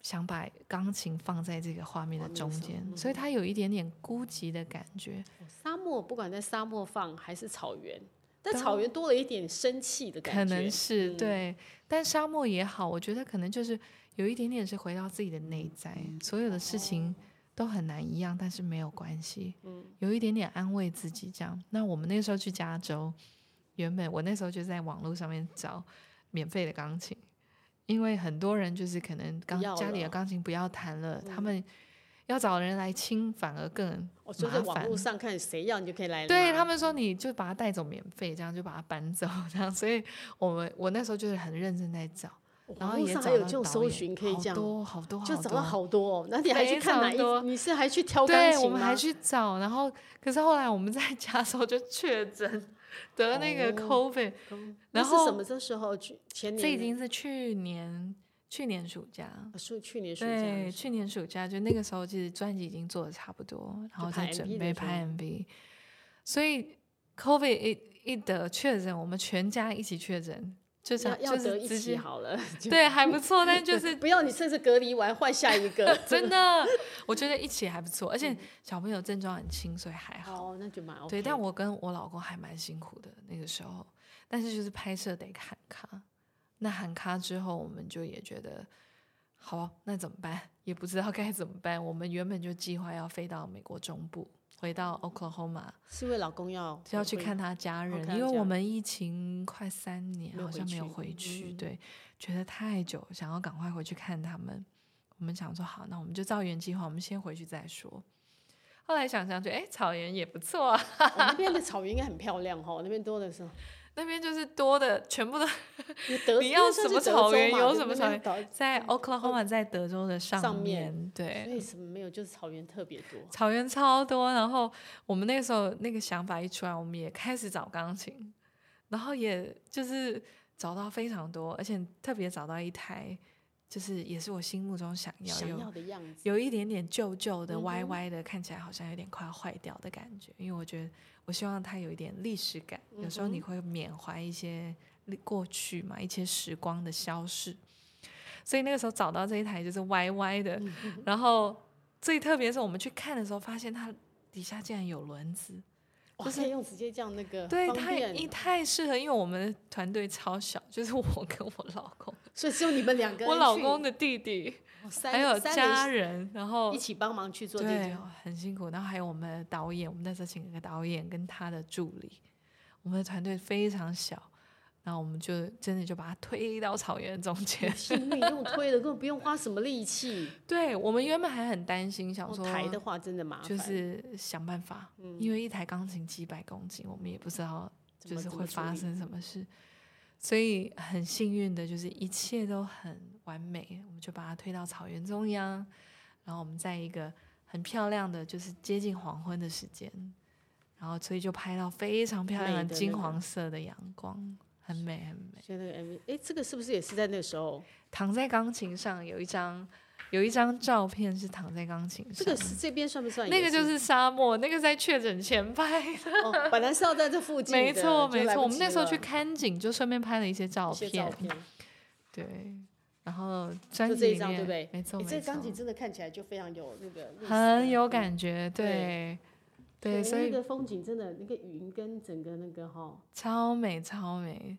Speaker 1: 想把钢琴放在这个画面的中
Speaker 2: 画面
Speaker 1: 间，
Speaker 2: 上嗯
Speaker 1: 所以它有一点点孤寂的感觉。
Speaker 2: 沙漠不管在沙漠放还是草原，但
Speaker 1: 都
Speaker 2: 草原多了一点生气的感觉，
Speaker 1: 可能是、
Speaker 2: 嗯
Speaker 1: 对，但沙漠也好，我觉得可能就是有一点点是回到自己的内在，所有的事情都很难一样，但是没有关系，
Speaker 2: 哦嗯
Speaker 1: 有一点点安慰自己这样。那我们那时候去加州，原本我那时候就在网络上面找免费的钢琴，因为很多人就是可能钢
Speaker 2: 要
Speaker 1: 家里的
Speaker 2: 了
Speaker 1: 钢琴不要弹了，他
Speaker 2: 嗯
Speaker 1: 们要找人来清，反而更
Speaker 2: 我哦就在
Speaker 1: 麻
Speaker 2: 网
Speaker 1: 烦
Speaker 2: 络上看谁要你就可以来拿。
Speaker 1: 对他们说，你就把它带走免费，这样就把它搬走，这样。所以我们我那时候就是很认真在找，然后
Speaker 2: 网络
Speaker 1: 也
Speaker 2: 上
Speaker 1: 找到
Speaker 2: 还有这种
Speaker 1: 导
Speaker 2: 搜
Speaker 1: 演
Speaker 2: 寻可以
Speaker 1: 好
Speaker 2: 这样，
Speaker 1: 多好多好
Speaker 2: 就
Speaker 1: 多，
Speaker 2: 找到好多哦。那你还去看哪
Speaker 1: 非常多
Speaker 2: 一？你是还去挑钢
Speaker 1: 对，我
Speaker 2: 琴
Speaker 1: 们还
Speaker 2: 吗？
Speaker 1: 去找，然后可是后来我们在加州就确诊得那个
Speaker 2: 哦
Speaker 1: COVID，、
Speaker 2: 嗯
Speaker 1: 然
Speaker 2: 那
Speaker 1: 后
Speaker 2: 是什么的时候去？前年
Speaker 1: 这已经是去年去年暑假。
Speaker 2: 啊是去年暑假
Speaker 1: 对，
Speaker 2: 的时
Speaker 1: 去年暑假就那个时候，其实专辑已经做的差不多，然后再
Speaker 2: 拍
Speaker 1: 准
Speaker 2: MV 的
Speaker 1: 备
Speaker 2: 时候
Speaker 1: 拍 MV，所以 COVID 一一得确诊，我们全家一起确诊，就
Speaker 2: 候
Speaker 1: 是
Speaker 2: 要要
Speaker 1: 就
Speaker 2: 得
Speaker 1: 是
Speaker 2: 一
Speaker 1: 直
Speaker 2: 起
Speaker 1: 接
Speaker 2: 好 了，就
Speaker 1: 对，还不错，但就 是。
Speaker 2: 不要你甚至隔离完换下一个
Speaker 1: 真的，我觉得一起还不错，而且
Speaker 2: 嗯
Speaker 1: 小朋友症状很轻，所以还好。
Speaker 2: 好，那就蛮 OK。
Speaker 1: 对，但我跟我老公还蛮辛苦的那个时候，但是就是拍摄得喊卡，那喊卡之后，我们就也觉得，好，啊那怎么办？ 也不知道该怎么办。我们原本就计划要飞到美国中部，回到 Oklahoma，
Speaker 2: 是为老公要
Speaker 1: 就要去
Speaker 2: 回
Speaker 1: 看他家人，
Speaker 2: 看他
Speaker 1: 因为
Speaker 2: 家
Speaker 1: 我
Speaker 2: 人
Speaker 1: 们疫情快三年，
Speaker 2: 没有
Speaker 1: 好
Speaker 2: 回
Speaker 1: 像没有
Speaker 2: 去
Speaker 1: 回去，
Speaker 2: 嗯
Speaker 1: 对，觉得太久，想要赶快回去看他们。我们想说好，那我们就照原计划，我们先回去再说。后来想想就，哎，草原也不错啊，
Speaker 2: 哦那边的草原应该很漂亮哈，那边多的是。
Speaker 1: 那边就是多的，全 部都
Speaker 2: 你德
Speaker 1: 你要
Speaker 2: 那算
Speaker 1: 什么
Speaker 2: 是德
Speaker 1: 草
Speaker 2: 州
Speaker 1: 原
Speaker 2: 嘛
Speaker 1: 有
Speaker 2: 对
Speaker 1: 什
Speaker 2: 不
Speaker 1: 么
Speaker 2: 对
Speaker 1: 草原
Speaker 2: 那岛
Speaker 1: 在 Oklahoma，在德州的上
Speaker 2: 上面
Speaker 1: 面对，
Speaker 2: 为什么没有？就是草原特别多，
Speaker 1: 草原超多。然后我们那时候那个想法一出来，我们也开始找钢琴，然后也就是找到非常多，而且特别找到一台，就是也是我心目中想要
Speaker 2: 想
Speaker 1: 有
Speaker 2: 要的样子。
Speaker 1: 有一点点旧旧的、
Speaker 2: 嗯哼
Speaker 1: 歪歪的，看起来好像有点快要坏掉的感觉。因为我觉得，我希望它有一点历史感。有时候你
Speaker 2: 嗯
Speaker 1: 会缅怀一些历过去嘛，一些时光的消逝。所以那个时候找到这一台就是歪歪的，
Speaker 2: 嗯
Speaker 1: 然后最特别是我们去看的时候，发现它底下竟然有轮子。
Speaker 2: 哇，
Speaker 1: 就是
Speaker 2: 可以用直接这样那个
Speaker 1: 对，
Speaker 2: 方
Speaker 1: 太
Speaker 2: 便
Speaker 1: 一
Speaker 2: 了
Speaker 1: 太适合，因为我们的团队超小，就是我跟我老公，
Speaker 2: 所以只有你们两个人去，
Speaker 1: 我老公的弟弟，
Speaker 2: 哦三
Speaker 1: 还有
Speaker 2: 三
Speaker 1: 家
Speaker 2: 人
Speaker 1: 人，然后
Speaker 2: 一起帮忙去做这
Speaker 1: 对，
Speaker 2: 件。
Speaker 1: 很辛苦。然后还有我们的导演，我们那时候请了个导演跟他的助理，我们的团队非常小，然后我们就真的就把他推到草原中间。
Speaker 2: 幸运用推的，根本不用花什么力气。
Speaker 1: 对我们原本还很担心， 想
Speaker 2: 哦
Speaker 1: 说
Speaker 2: 抬的话真的麻烦，嗯
Speaker 1: 就是想办法，因为一台钢琴几百公斤，我们也不知道
Speaker 2: 怎
Speaker 1: 就
Speaker 2: 么
Speaker 1: 是会
Speaker 2: 怎么处
Speaker 1: 发
Speaker 2: 理
Speaker 1: 生什么事。所以很幸运的，就是一切都很完美，我们就把它推到草原中央，然后我们在一个很漂亮的，就是接近黄昏的时间，然后所以就拍到非常漂亮
Speaker 2: 美
Speaker 1: 的
Speaker 2: 的
Speaker 1: 金
Speaker 2: 那个
Speaker 1: 黄色的阳光，很美很美。
Speaker 2: 所以那个 MV，哎，这个是不是也是在那个时候？
Speaker 1: 躺在钢琴上有一张有一张照片是躺在钢琴上，
Speaker 2: 这个是这边算不算也？
Speaker 1: 那个就是沙漠，那个在确诊前拍的。
Speaker 2: 哦，本来是要在这附近的，
Speaker 1: 没错，
Speaker 2: 就
Speaker 1: 没
Speaker 2: 来
Speaker 1: 错。
Speaker 2: 不
Speaker 1: 我们
Speaker 2: 及
Speaker 1: 那时候
Speaker 2: 了
Speaker 1: 去看景，就顺便拍了一些照
Speaker 2: 一些照
Speaker 1: 片。
Speaker 2: 片。
Speaker 1: 对，然后专辑
Speaker 2: 这一
Speaker 1: 里
Speaker 2: 张对
Speaker 1: 面
Speaker 2: 不对
Speaker 1: 没错，
Speaker 2: 你
Speaker 1: 没
Speaker 2: 这
Speaker 1: 错。
Speaker 2: 个钢琴真的看起来就非常有那个历史
Speaker 1: 很
Speaker 2: 感
Speaker 1: 有
Speaker 2: 嗯
Speaker 1: 感觉，对
Speaker 2: 对
Speaker 1: 对，所
Speaker 2: 那
Speaker 1: 以
Speaker 2: 个风景真的那个云跟整个那个哈，
Speaker 1: 超美超美。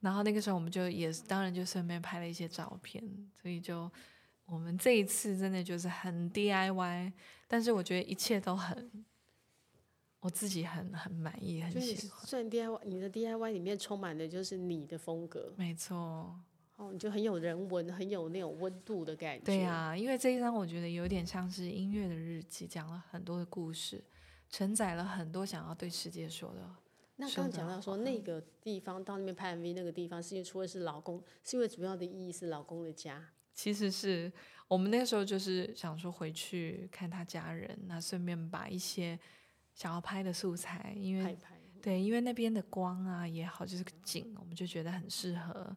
Speaker 1: 然后那个时候我们就也是当然就顺便拍了一些照片，所以就我们这一次真的就是很 DIY，但是我觉得一切都很。我自己很很满意，很
Speaker 2: 就
Speaker 1: 喜
Speaker 2: 是
Speaker 1: 欢。
Speaker 2: 算 DIY，你的 DIY 里面充满的就是你的风格，
Speaker 1: 没错，
Speaker 2: 哦，你就很有人文，很有那种温度的感觉。
Speaker 1: 对呀、、因为这一张我觉得有点像是音乐的日记，讲了很多的故事，承载了很多想要对世界说的。
Speaker 2: 那
Speaker 1: 说
Speaker 2: 刚刚
Speaker 1: 得
Speaker 2: 讲到说那个地方到那边拍 MV 那个地方，是因为除了是老公，是因为主要的意义是老公的家，
Speaker 1: 其实是我们那时候就是想说回去看他家人，那顺便把一些想要拍的素材，因
Speaker 2: 拍
Speaker 1: 为
Speaker 2: 拍。
Speaker 1: 对，因为那边的光啊也好，就是个景，我们就觉得很适合。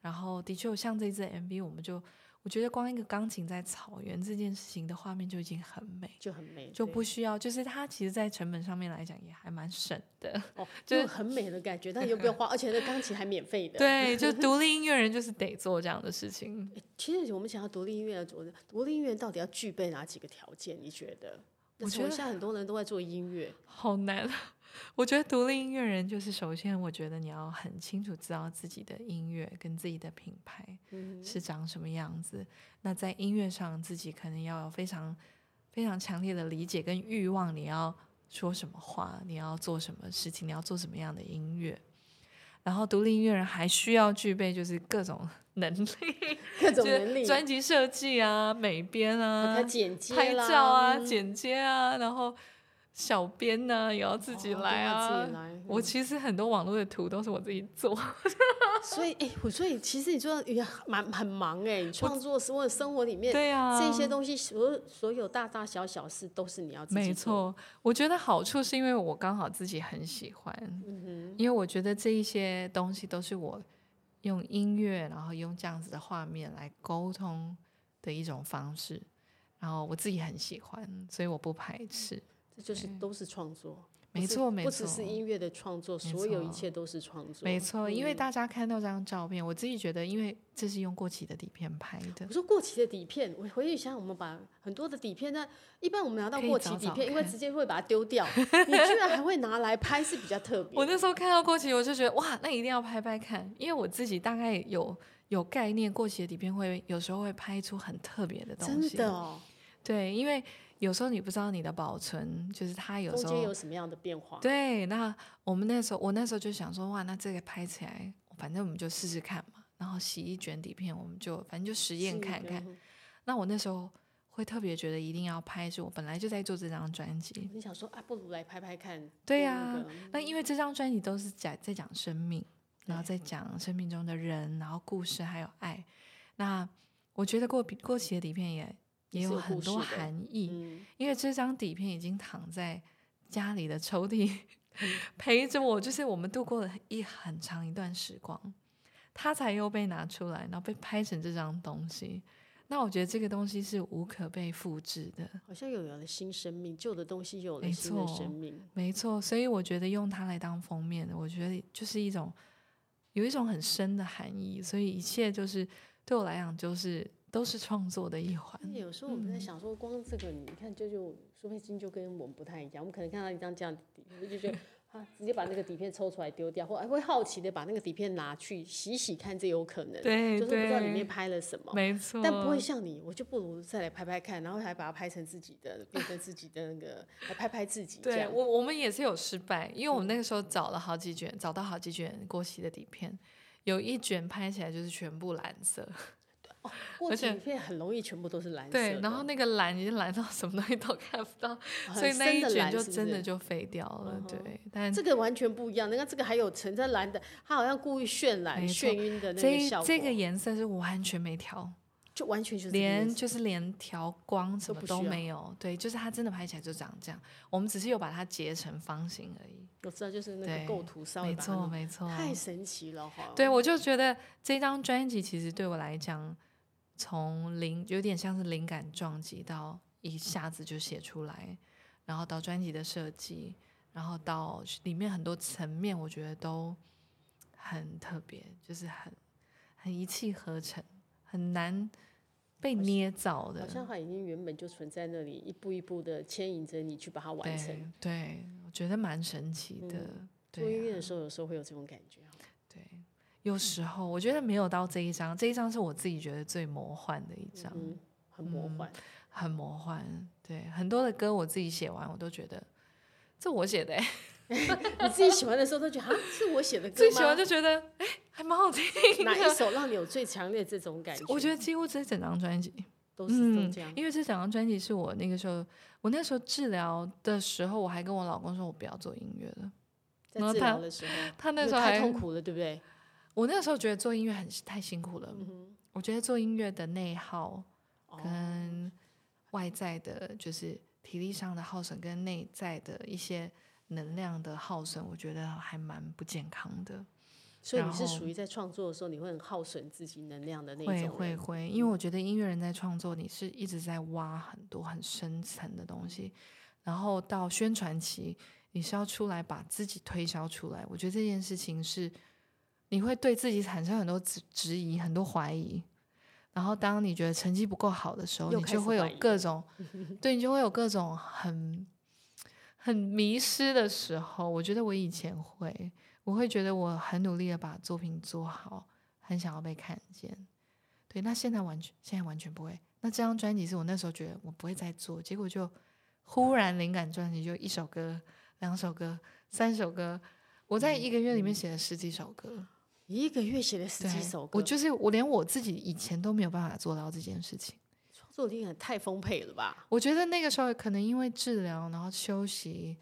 Speaker 1: 然后的确，像这支 MV，我们就我觉得光一个钢琴在草原这件事情的画面就已经很美，
Speaker 2: 就很美，
Speaker 1: 就
Speaker 2: 对
Speaker 1: 不需要，就是它其实，在成本上面来讲也还蛮省的。
Speaker 2: 哦，
Speaker 1: 就
Speaker 2: 就很美的感觉，但又不用 花，而且那钢琴还免费的。
Speaker 1: 对，就独立音乐人就是得做这样的事情。
Speaker 2: 其实我们想要独立音乐，我的独立音乐到底要具备哪几个条件？你觉得？
Speaker 1: 我觉
Speaker 2: 但是
Speaker 1: 得
Speaker 2: 现在很多人都在做音乐，
Speaker 1: 好难。 我觉得独立音乐人就是，首先我觉得你要很清楚知道自己的音乐跟自己的品牌
Speaker 2: 嗯
Speaker 1: 是长什么样子。那在音乐上，自己可能要有非常非常强烈的理解跟欲望，你要说什么话，你要做什么事情，你要做什么样的音乐。然后，独立音乐人还需要具备就是各种能力，
Speaker 2: 各
Speaker 1: 就
Speaker 2: 种能
Speaker 1: 是
Speaker 2: 力，
Speaker 1: 专辑设计啊、美编啊、
Speaker 2: 还有剪接
Speaker 1: 拍
Speaker 2: 啦
Speaker 1: 照啊、
Speaker 2: 嗯
Speaker 1: 剪接啊，然后小编呢、也要自己
Speaker 2: 哦都
Speaker 1: 来
Speaker 2: 要
Speaker 1: 啊。
Speaker 2: 自己来
Speaker 1: 我
Speaker 2: 嗯
Speaker 1: 其实很多网络的图都是我自己做，
Speaker 2: 所以，哎、我所以其实你做也蛮很忙哎、你创作所有生活里面
Speaker 1: 对啊，
Speaker 2: 这些东西，所有所有大大小小事都是你要自己
Speaker 1: 没
Speaker 2: 做。
Speaker 1: 错。我觉得好处是因为我刚好自己很喜欢，
Speaker 2: 嗯
Speaker 1: 因为我觉得这一些东西都是我用音乐，然后用这样子的画面来沟通的一种方式，然后我自己很喜欢，所以我不排斥。
Speaker 2: 哼，这就是都是创作。
Speaker 1: 没
Speaker 2: 嗯不是
Speaker 1: 错，没
Speaker 2: 不
Speaker 1: 错，
Speaker 2: 只是音乐的创作，
Speaker 1: 没
Speaker 2: 所有一
Speaker 1: 错
Speaker 2: 切都是创作。
Speaker 1: 没错，因为
Speaker 2: 嗯
Speaker 1: 大家看到这张照片，我自己觉得，因为这是用过期的底片拍的
Speaker 2: 我，说过期的底片，我回忆一下，我们把很多的底片呢，一般我们拿到
Speaker 1: 可以
Speaker 2: 过期
Speaker 1: 找
Speaker 2: 底
Speaker 1: 找
Speaker 2: 片，因为
Speaker 1: 看
Speaker 2: 直接会把它丢 掉，你居然还会拿来拍，是比较特别。
Speaker 1: 我那时候看到过期，我就觉得哇，那一定要拍拍看，因为我自己大概有有概念，过期的底片会有时候会拍出很特别的东
Speaker 2: 真
Speaker 1: 西。
Speaker 2: 的哦，
Speaker 1: 对，因为有时候你不知道你的保存，就是它有
Speaker 2: 中
Speaker 1: 时
Speaker 2: 间
Speaker 1: 候
Speaker 2: 有什么样的变化？
Speaker 1: 对，那我们那时候，我那时候就想说，哇，那这个拍起来，反正我们就试试看嘛。然后洗一卷底片，我们就反正就实验
Speaker 2: 是
Speaker 1: 看
Speaker 2: 的
Speaker 1: 看。。那我那时候会特别觉得一定要拍，是我本来就在做这张专辑。
Speaker 2: 你想说啊，不如来拍拍看。
Speaker 1: 对啊
Speaker 2: 做
Speaker 1: 呀、
Speaker 2: 那个
Speaker 1: 那因为这张专辑都是讲在讲生命，然后在讲生命中的人，然后故事还有爱。那我觉得过比过期的底片也也
Speaker 2: 也是
Speaker 1: 有
Speaker 2: 有
Speaker 1: 很
Speaker 2: 故
Speaker 1: 多
Speaker 2: 事的
Speaker 1: 含义，
Speaker 2: 嗯，
Speaker 1: 因为这张底片已经躺在家里的抽屉
Speaker 2: 嗯
Speaker 1: 陪着我，就是我们度过了一很长一段时光，它才又被拿出来，然后被拍成这张东西。那我觉得这个东西是无可被复制的，
Speaker 2: 好像又有了新生命，旧的东西又有了
Speaker 1: 没
Speaker 2: 新的
Speaker 1: 错
Speaker 2: 生命。
Speaker 1: 没错。所以我觉得用它来当封面，我觉得就是一种有一种很深的含义。所以一切就是对我来讲，就是都是创作的一环。
Speaker 2: 因为有时候我们在想说，光这个你看，就就苏佩金就跟我们不太一样，我们可能看到一张这样的底片，就觉得啊，直接把那个底片抽出来丢掉，或哎会好奇的把那个底片拿去洗洗看，这有可 能，
Speaker 1: 对
Speaker 2: 就是不知道里
Speaker 1: 对
Speaker 2: 面拍了什么。
Speaker 1: 没错，
Speaker 2: 但不会像你，我就不如再来拍拍看，然后还把它拍成自己的，变成自己的那个，来拍拍自己这
Speaker 1: 对
Speaker 2: 样。嗯
Speaker 1: 我，我们也是有失败，因为我们那个时候找了好几卷，找到好几卷过期的底片，有一卷拍起来就是全部蓝色，
Speaker 2: 过
Speaker 1: 而
Speaker 2: 期
Speaker 1: 且
Speaker 2: 底片很容易全部都是蓝色的，
Speaker 1: 对，然后那个蓝已经蓝到什么东西都看不 到，所以
Speaker 2: 很
Speaker 1: 那
Speaker 2: 深
Speaker 1: 一
Speaker 2: 的
Speaker 1: 卷
Speaker 2: 蓝
Speaker 1: 就是
Speaker 2: 不
Speaker 1: 真
Speaker 2: 是嗯
Speaker 1: 的就废掉了，对，但
Speaker 2: 这个完全不一样，那个这个还有橙这蓝的，它好像故意渲染
Speaker 1: 没错
Speaker 2: 眩晕的那
Speaker 1: 这
Speaker 2: 个
Speaker 1: 一
Speaker 2: 效果，
Speaker 1: 这个颜色是完全没调，
Speaker 2: 就完全就是这个
Speaker 1: 连
Speaker 2: 颜色
Speaker 1: 就是连调光什
Speaker 2: 都
Speaker 1: 么
Speaker 2: 不
Speaker 1: 都
Speaker 2: 需要
Speaker 1: 没有，对，就是它真的拍起来就长这样，我们只是有把它截成方形而已，
Speaker 2: 我知道就是那个
Speaker 1: 对
Speaker 2: 构图稍微
Speaker 1: 没
Speaker 2: 把它
Speaker 1: 错
Speaker 2: 弄
Speaker 1: 没错，
Speaker 2: 太神奇了哈。
Speaker 1: 对，我就觉得这张专辑其实对我来讲，从灵有点像是灵感撞击到一下子就写出来，然后到专辑的设计，然后到里面很多层面，我觉得都很特别，就是很很一气呵成，很难被捏造
Speaker 2: 好
Speaker 1: 的。
Speaker 2: 像它已经原本就存在那里，一步一步的牵引着你去把它完
Speaker 1: 对
Speaker 2: 成。嗯
Speaker 1: 对，我觉得蛮神奇的。
Speaker 2: 做音
Speaker 1: 对啊、
Speaker 2: 乐的时候，有时候会有这种感觉哈。
Speaker 1: 对，有时候我觉得没有到这一张，这一张是我自己觉得最魔幻的一张。
Speaker 2: 嗯，很魔幻。
Speaker 1: 很魔幻。对，很多的歌我自己写完，我都觉得这我 写的、欸，
Speaker 2: 你自己喜欢的时候都觉得啊，是我 写的歌
Speaker 1: 自己
Speaker 2: 吗？
Speaker 1: 写完就觉得哎、还蛮好听
Speaker 2: 哪一
Speaker 1: 的。
Speaker 2: 首让你有最强烈这种感觉？
Speaker 1: 我觉
Speaker 2: 得
Speaker 1: 得几乎这整张专辑，
Speaker 2: 都是都
Speaker 1: 嗯
Speaker 2: 这样，。
Speaker 1: 因为这整张专辑是我那个时候，我那时候治疗的时候，我还跟我老公说我不要做音乐了。嗯
Speaker 2: 在
Speaker 1: 然后
Speaker 2: 治
Speaker 1: 他
Speaker 2: 疗的时候，
Speaker 1: 他那
Speaker 2: 因为
Speaker 1: 时候
Speaker 2: 太
Speaker 1: 还
Speaker 2: 痛苦了，对不对？
Speaker 1: 我那时候觉得做音乐很太辛苦了，
Speaker 2: 嗯哼，
Speaker 1: 我觉得做音乐的内耗
Speaker 2: 哦
Speaker 1: 跟外在的，就是体力上的耗损，跟内在的一些能量的耗损，我觉得还蛮不健康的。
Speaker 2: 所以你
Speaker 1: 然后
Speaker 2: 是属于在创作的时候，你会很耗损自己能量的那一种
Speaker 1: 会
Speaker 2: 人
Speaker 1: 会会，因为我觉得音乐人在创作，你是一直在挖很多很深层的东西，然后到宣传期，你是要出来把自己推销出来。我觉得这件事情是，你会对自己产生很多质质疑、很多怀疑。然后，当你觉得成绩不够好的时候，
Speaker 2: 又
Speaker 1: 你
Speaker 2: 开
Speaker 1: 就
Speaker 2: 始
Speaker 1: 会有
Speaker 2: 怀疑
Speaker 1: 各 种，对你就会有各种很很迷失的时候。我觉得我以前会，我会觉得我很努力的把作品做好，很想要被看见。对，那现在完全现在完全不会。那这张专辑是我那时候觉得我不会再做，结果就忽然灵感专辑就一首歌、两首歌、三首歌，我
Speaker 2: 嗯
Speaker 1: 在一个月里面写了十几首歌，
Speaker 2: 你一个月写了十
Speaker 1: 对
Speaker 2: 几首歌，
Speaker 1: 我就是我连我自己以前都没有办法做到这件事情。
Speaker 2: 创作力也太丰沛了吧？
Speaker 1: 我觉得那个时候可能因为治疗，然后休息，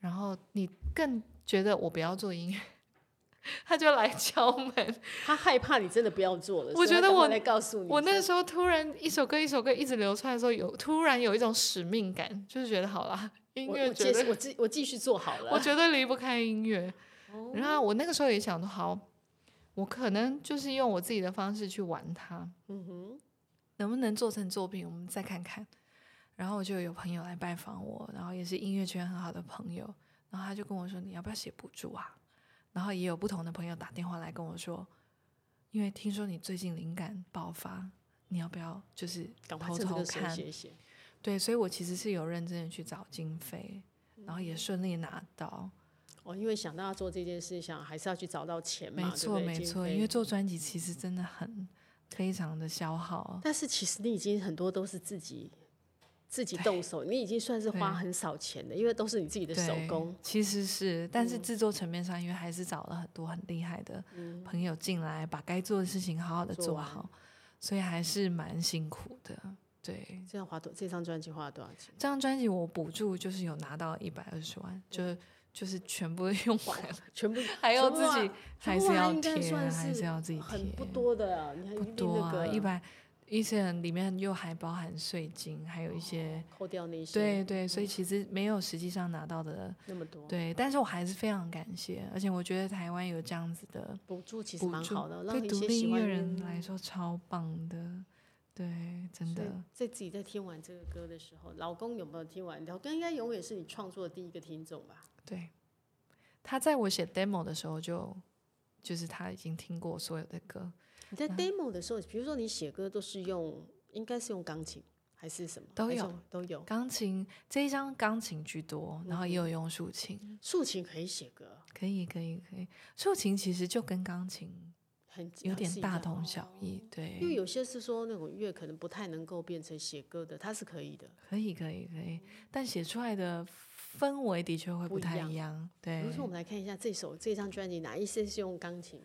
Speaker 1: 然后你更觉得我不要做音乐， 他就来敲门，
Speaker 2: 他害怕你真的不要做了，
Speaker 1: 我
Speaker 2: 所以
Speaker 1: 觉
Speaker 2: 他
Speaker 1: 得
Speaker 2: 赶快
Speaker 1: 我
Speaker 2: 来告诉你，
Speaker 1: 我那时候突然一首歌一首歌一直流出来的时候，有突然有一种使命感，就是觉得好啦，音
Speaker 2: 我
Speaker 1: 乐
Speaker 2: 我
Speaker 1: 绝
Speaker 2: 接
Speaker 1: 对
Speaker 2: 我继我继续做好了，
Speaker 1: 我绝对离不开音乐。
Speaker 2: 哦
Speaker 1: 然后我那个时候也想说，好，我可能就是用我自己的方式去玩它，
Speaker 2: 嗯哼，
Speaker 1: 能不能做成作品，我们再看看。然后我就有朋友来拜访我，然后也是音乐圈很好的朋友，然后他就跟我说，你要不要写补助啊？然后也有不同的朋友打电话来跟我说，因为听说你最近灵感爆发，你要不要就是
Speaker 2: 赶快
Speaker 1: 偷
Speaker 2: 趁这
Speaker 1: 偷
Speaker 2: 个时候
Speaker 1: 看？
Speaker 2: 写一写。
Speaker 1: 对，所以我其实是有认真的去找经费，
Speaker 2: 嗯
Speaker 1: 然后也顺利拿到。
Speaker 2: 哦，因为想到要做这件事，想还是要去找到钱嘛，
Speaker 1: 没错，
Speaker 2: 对不对
Speaker 1: 没
Speaker 2: 经
Speaker 1: 错，
Speaker 2: 费
Speaker 1: 因为做专辑其实真的很非常的消耗。
Speaker 2: 但是其实你已经很多都是自己自己动手，你已经算是花
Speaker 1: 对
Speaker 2: 很少钱的，因为都是你自己的手
Speaker 1: 对
Speaker 2: 工。嗯
Speaker 1: 其实是，但是制作层面上，因为还是找了很多很厉害的朋友进来，把该做的事情好好的
Speaker 2: 做
Speaker 1: 做
Speaker 2: 完
Speaker 1: 好，所以还是蛮辛苦的。对，
Speaker 2: 这样花多，这张专辑花了多少钱？
Speaker 1: 这张专辑我补助就是有拿到一百二十万，就是就是全部用完 了，
Speaker 2: 全部
Speaker 1: 还要
Speaker 2: 全
Speaker 1: 自
Speaker 2: 部啊
Speaker 1: 己还
Speaker 2: 全部
Speaker 1: 是
Speaker 2: 啊
Speaker 1: 要
Speaker 2: 应该
Speaker 1: 贴，
Speaker 2: 算
Speaker 1: 还是要自己贴，
Speaker 2: 很不多的啊，你还一
Speaker 1: 不
Speaker 2: 定
Speaker 1: 多
Speaker 2: 那
Speaker 1: 啊，
Speaker 2: 个
Speaker 1: 一百一千里面又还包含税金，还有一些、
Speaker 2: 扣掉那些，
Speaker 1: 对对，所以
Speaker 2: 嗯
Speaker 1: 其实没有实际上拿到的，
Speaker 2: 那么多
Speaker 1: 对，但是我还是非常感谢，而且我觉得台湾有这样子的
Speaker 2: 补助其实
Speaker 1: 补
Speaker 2: 蛮
Speaker 1: 助
Speaker 2: 好的，，让
Speaker 1: 对
Speaker 2: 一
Speaker 1: 独
Speaker 2: 些
Speaker 1: 立
Speaker 2: 喜
Speaker 1: 音
Speaker 2: 欢
Speaker 1: 乐
Speaker 2: 的
Speaker 1: 人来说超棒的，对，真
Speaker 2: 所以
Speaker 1: 的，
Speaker 2: 在自己在听完这个歌的时候，老公有没有听完？老公应该永远是你创作的第一个听众吧？
Speaker 1: 对。他在我写 demo 的时候就，就是他已经听过所有的歌，
Speaker 2: 你在
Speaker 1: 嗯
Speaker 2: demo 的时候，比如说你写歌都是用，应该是用钢琴还是什么？
Speaker 1: 都
Speaker 2: 还是
Speaker 1: 有
Speaker 2: 用都有，
Speaker 1: 钢琴这一张钢琴居多，然后
Speaker 2: 嗯
Speaker 1: 也有用竖琴，
Speaker 2: 竖琴可以写歌，
Speaker 1: 可以，可以，可以。竖琴其实就跟钢琴
Speaker 2: 很
Speaker 1: 有点
Speaker 2: 是一
Speaker 1: 大
Speaker 2: 样
Speaker 1: 同
Speaker 2: 哦
Speaker 1: 小异，对
Speaker 2: 因，为有些是说那种乐可能不太能够变成写歌的，它是可以的。
Speaker 1: 可以，可以，可以。但写出来的氛围的确会
Speaker 2: 不
Speaker 1: 不
Speaker 2: 一
Speaker 1: 太
Speaker 2: 样
Speaker 1: 一样，
Speaker 2: 比
Speaker 1: 对
Speaker 2: 如，说，我们来看一下这首这张专辑，哪一些是用钢琴，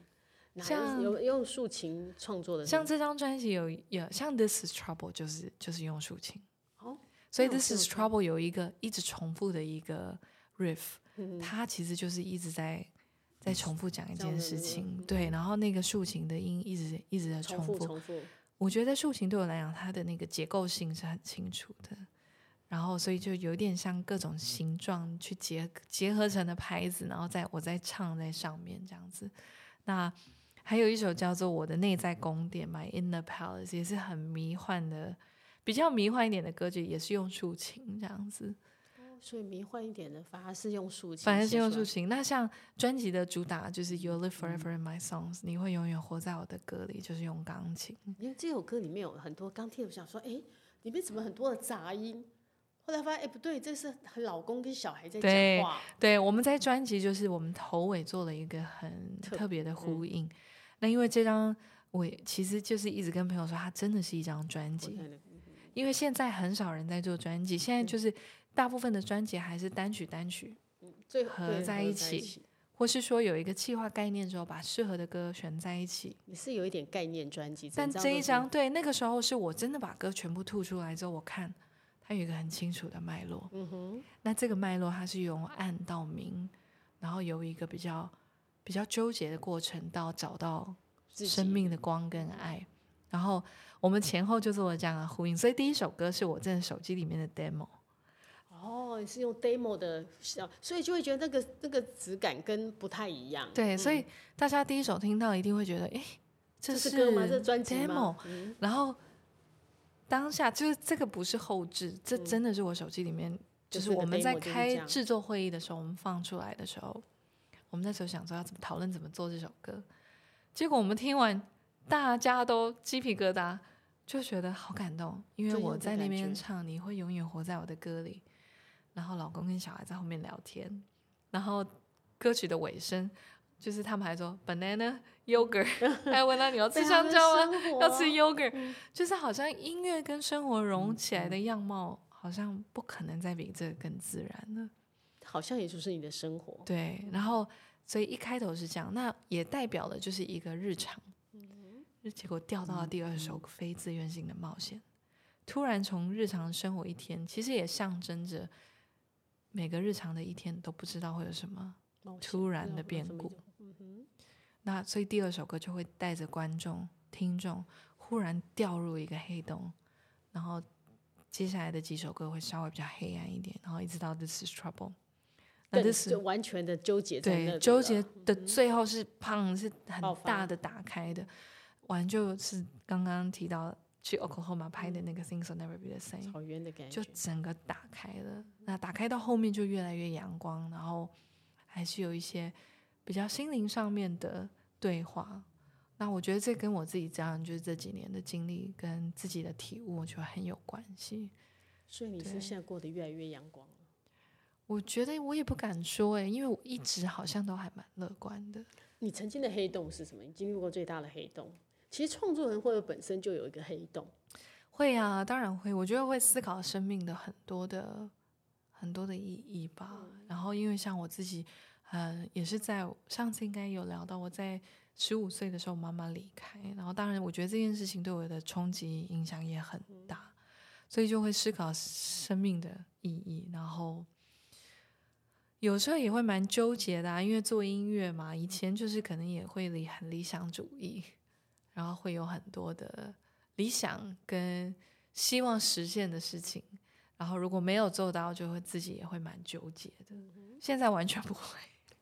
Speaker 2: 哪
Speaker 1: 像
Speaker 2: 一有用竖琴创作的呢？
Speaker 1: 像这张专辑有有像 This is Trouble 就是就是用竖琴，
Speaker 2: 哦，
Speaker 1: 所以
Speaker 2: 那我
Speaker 1: This
Speaker 2: 就
Speaker 1: is
Speaker 2: 有
Speaker 1: Trouble 有一个一直重复的一个 riff，
Speaker 2: 嗯
Speaker 1: 它其实就是一直在在重复讲一
Speaker 2: 这
Speaker 1: 件
Speaker 2: 样的
Speaker 1: 事
Speaker 2: 那个
Speaker 1: 情，
Speaker 2: 嗯
Speaker 1: 对，然后那个竖琴的音一直一直在
Speaker 2: 重
Speaker 1: 呃重
Speaker 2: 复
Speaker 1: 复，
Speaker 2: 重复，
Speaker 1: 我觉得竖琴对我来讲，它的那个结构性是很清楚的，然后所以就有点像各种形状去结结合成的拍子，然后再我再唱在上面这样子。那还有一首叫做《我的内在宫殿》（My Inner Palace），也是很迷幻的，比较迷幻一点的歌曲，也是用竖琴这样子。
Speaker 2: 哦所以迷幻一点的反而是用竖琴，
Speaker 1: 反正是用
Speaker 2: 竖
Speaker 1: 抒。情。那像专辑的主打就是《You Live Forever in My Songs》，你会永远活在我的歌里，就是用钢琴。
Speaker 2: 因为这首歌里面有很多，刚听我想说，哎，里面怎么很多的杂音？后来发现，哎，不对，这是老公跟小孩在
Speaker 1: 对
Speaker 2: 讲话。
Speaker 1: 对，我们在专辑就是我们头尾做了一个很
Speaker 2: 特嗯
Speaker 1: 特别的呼应。那因为这张我也其实就是一直跟朋友说，它真的是一张专
Speaker 2: 我
Speaker 1: 辑，
Speaker 2: 看了
Speaker 1: 因为现在很少人在做专辑，现在就是大部分的专辑还是单曲单曲，
Speaker 2: 嗯最
Speaker 1: 合
Speaker 2: 对
Speaker 1: 在
Speaker 2: 合
Speaker 1: 一
Speaker 2: 一
Speaker 1: 起或是说有一个企划概念之后，把适合的歌选在一起。
Speaker 2: 你是有一点概念专辑，整
Speaker 1: 但这
Speaker 2: 都
Speaker 1: 一
Speaker 2: 是
Speaker 1: 张对那个时候是我真的把歌全部吐出来之后，我看它有一个很清楚的脉络。
Speaker 2: 嗯哼，
Speaker 1: 那这个脉络它是由暗到明，然后由一个比较比较纠结的过程到找到
Speaker 2: 自
Speaker 1: 生
Speaker 2: 己
Speaker 1: 命的光跟爱。然后啊我们前后就做了这样的呼应，所以第一首歌是我真的手机里面的 demo，
Speaker 2: 哦，哦，你是用 demo 的小，所以就会觉得那个那个质感跟不太一样。嗯
Speaker 1: 对，所以大家第一首听到一定会觉得，诶，
Speaker 2: 这
Speaker 1: 是
Speaker 2: 是歌吗？这是专辑吗
Speaker 1: demo，？
Speaker 2: 嗯
Speaker 1: 然后当下就是这个不是后置，这真的是我手机里面，就
Speaker 2: 嗯就是这个
Speaker 1: 我们
Speaker 2: demo
Speaker 1: 在
Speaker 2: 就是
Speaker 1: 开
Speaker 2: 这样
Speaker 1: 制作会议的时候，我们放出来的时候，我们那时候想说要怎么讨论怎么做这首歌，结果我们听完，大家都鸡皮疙瘩，就觉得好感动，因为
Speaker 2: 就有
Speaker 1: 我
Speaker 2: 这
Speaker 1: 在那
Speaker 2: 感
Speaker 1: 边
Speaker 2: 觉
Speaker 1: 唱，你会永远活在我的歌里，然后老公跟小孩在后面聊天，然后歌曲的尾声。就是他们还说 banana yogurt，哎， 问到你要吃
Speaker 2: 啊
Speaker 1: 香蕉吗？？啊要吃 yogurt，、就是
Speaker 2: 嗯
Speaker 1: 好像音乐跟生活融起来的样貌，好像不可能再比这个更自然了。
Speaker 2: 好像也就是你的生活。
Speaker 1: 对，然后所以一开头是这样，那也代表了就是一个日常。
Speaker 2: 嗯
Speaker 1: 结果掉到了第二首非自愿性的冒险，突然从日常生活一天，其实也象征着每个日常的一天都不知道会有什么
Speaker 2: 冒险
Speaker 1: 突然
Speaker 2: 那
Speaker 1: 的
Speaker 2: 那
Speaker 1: 变
Speaker 2: 什么
Speaker 1: 故
Speaker 2: 就。嗯哼，
Speaker 1: 那所以第二首歌就会带着观众、听众忽然掉入一个黑洞，然后接下来的几首歌会稍微比较黑暗一点，然后一直到 This is Trouble，那
Speaker 2: 更
Speaker 1: This
Speaker 2: 就完全的纠结在那里
Speaker 1: 对
Speaker 2: 了嗯
Speaker 1: 纠结的最后是胖是很
Speaker 2: 爆发
Speaker 1: 大的打开的，完就是刚刚提到去 Oklahoma 拍的那个 Things Will Never Be the Same，
Speaker 2: 草原的感觉
Speaker 1: 就，整个打开了。那打开到后面就越来越阳光，然后还是有一些比较心灵上面的对话。那我觉得这跟我自己这样，就是这几年的经历跟自己的体悟，我觉得很有关系。
Speaker 2: 所以你
Speaker 1: 对
Speaker 2: 是现在过得越来越阳光了。
Speaker 1: 我觉得我也不敢说哎诶、因为我一直好像都还蛮乐观的。
Speaker 2: 你曾经的黑洞是什么？你经历过最大的黑洞？其实创作人会不会本身就有一个黑洞？
Speaker 1: 会啊，当然会。我觉得会思考生命的很多的很多的意义吧。然后，因为像我自己，呃，也是在上次应该有聊到，我在十五岁的时候妈妈离开，然后当然我觉得这件事情对我的冲击影响也很大，所以就会思考生命的意义，然后。有时候也会蛮纠结的、啊，因为做音乐嘛，以前就是可能也会理很理想主义，然后会有很多的理想跟希望实现的事情，然后如果没有做到，就会自己也会蛮纠结的。现在完全不会，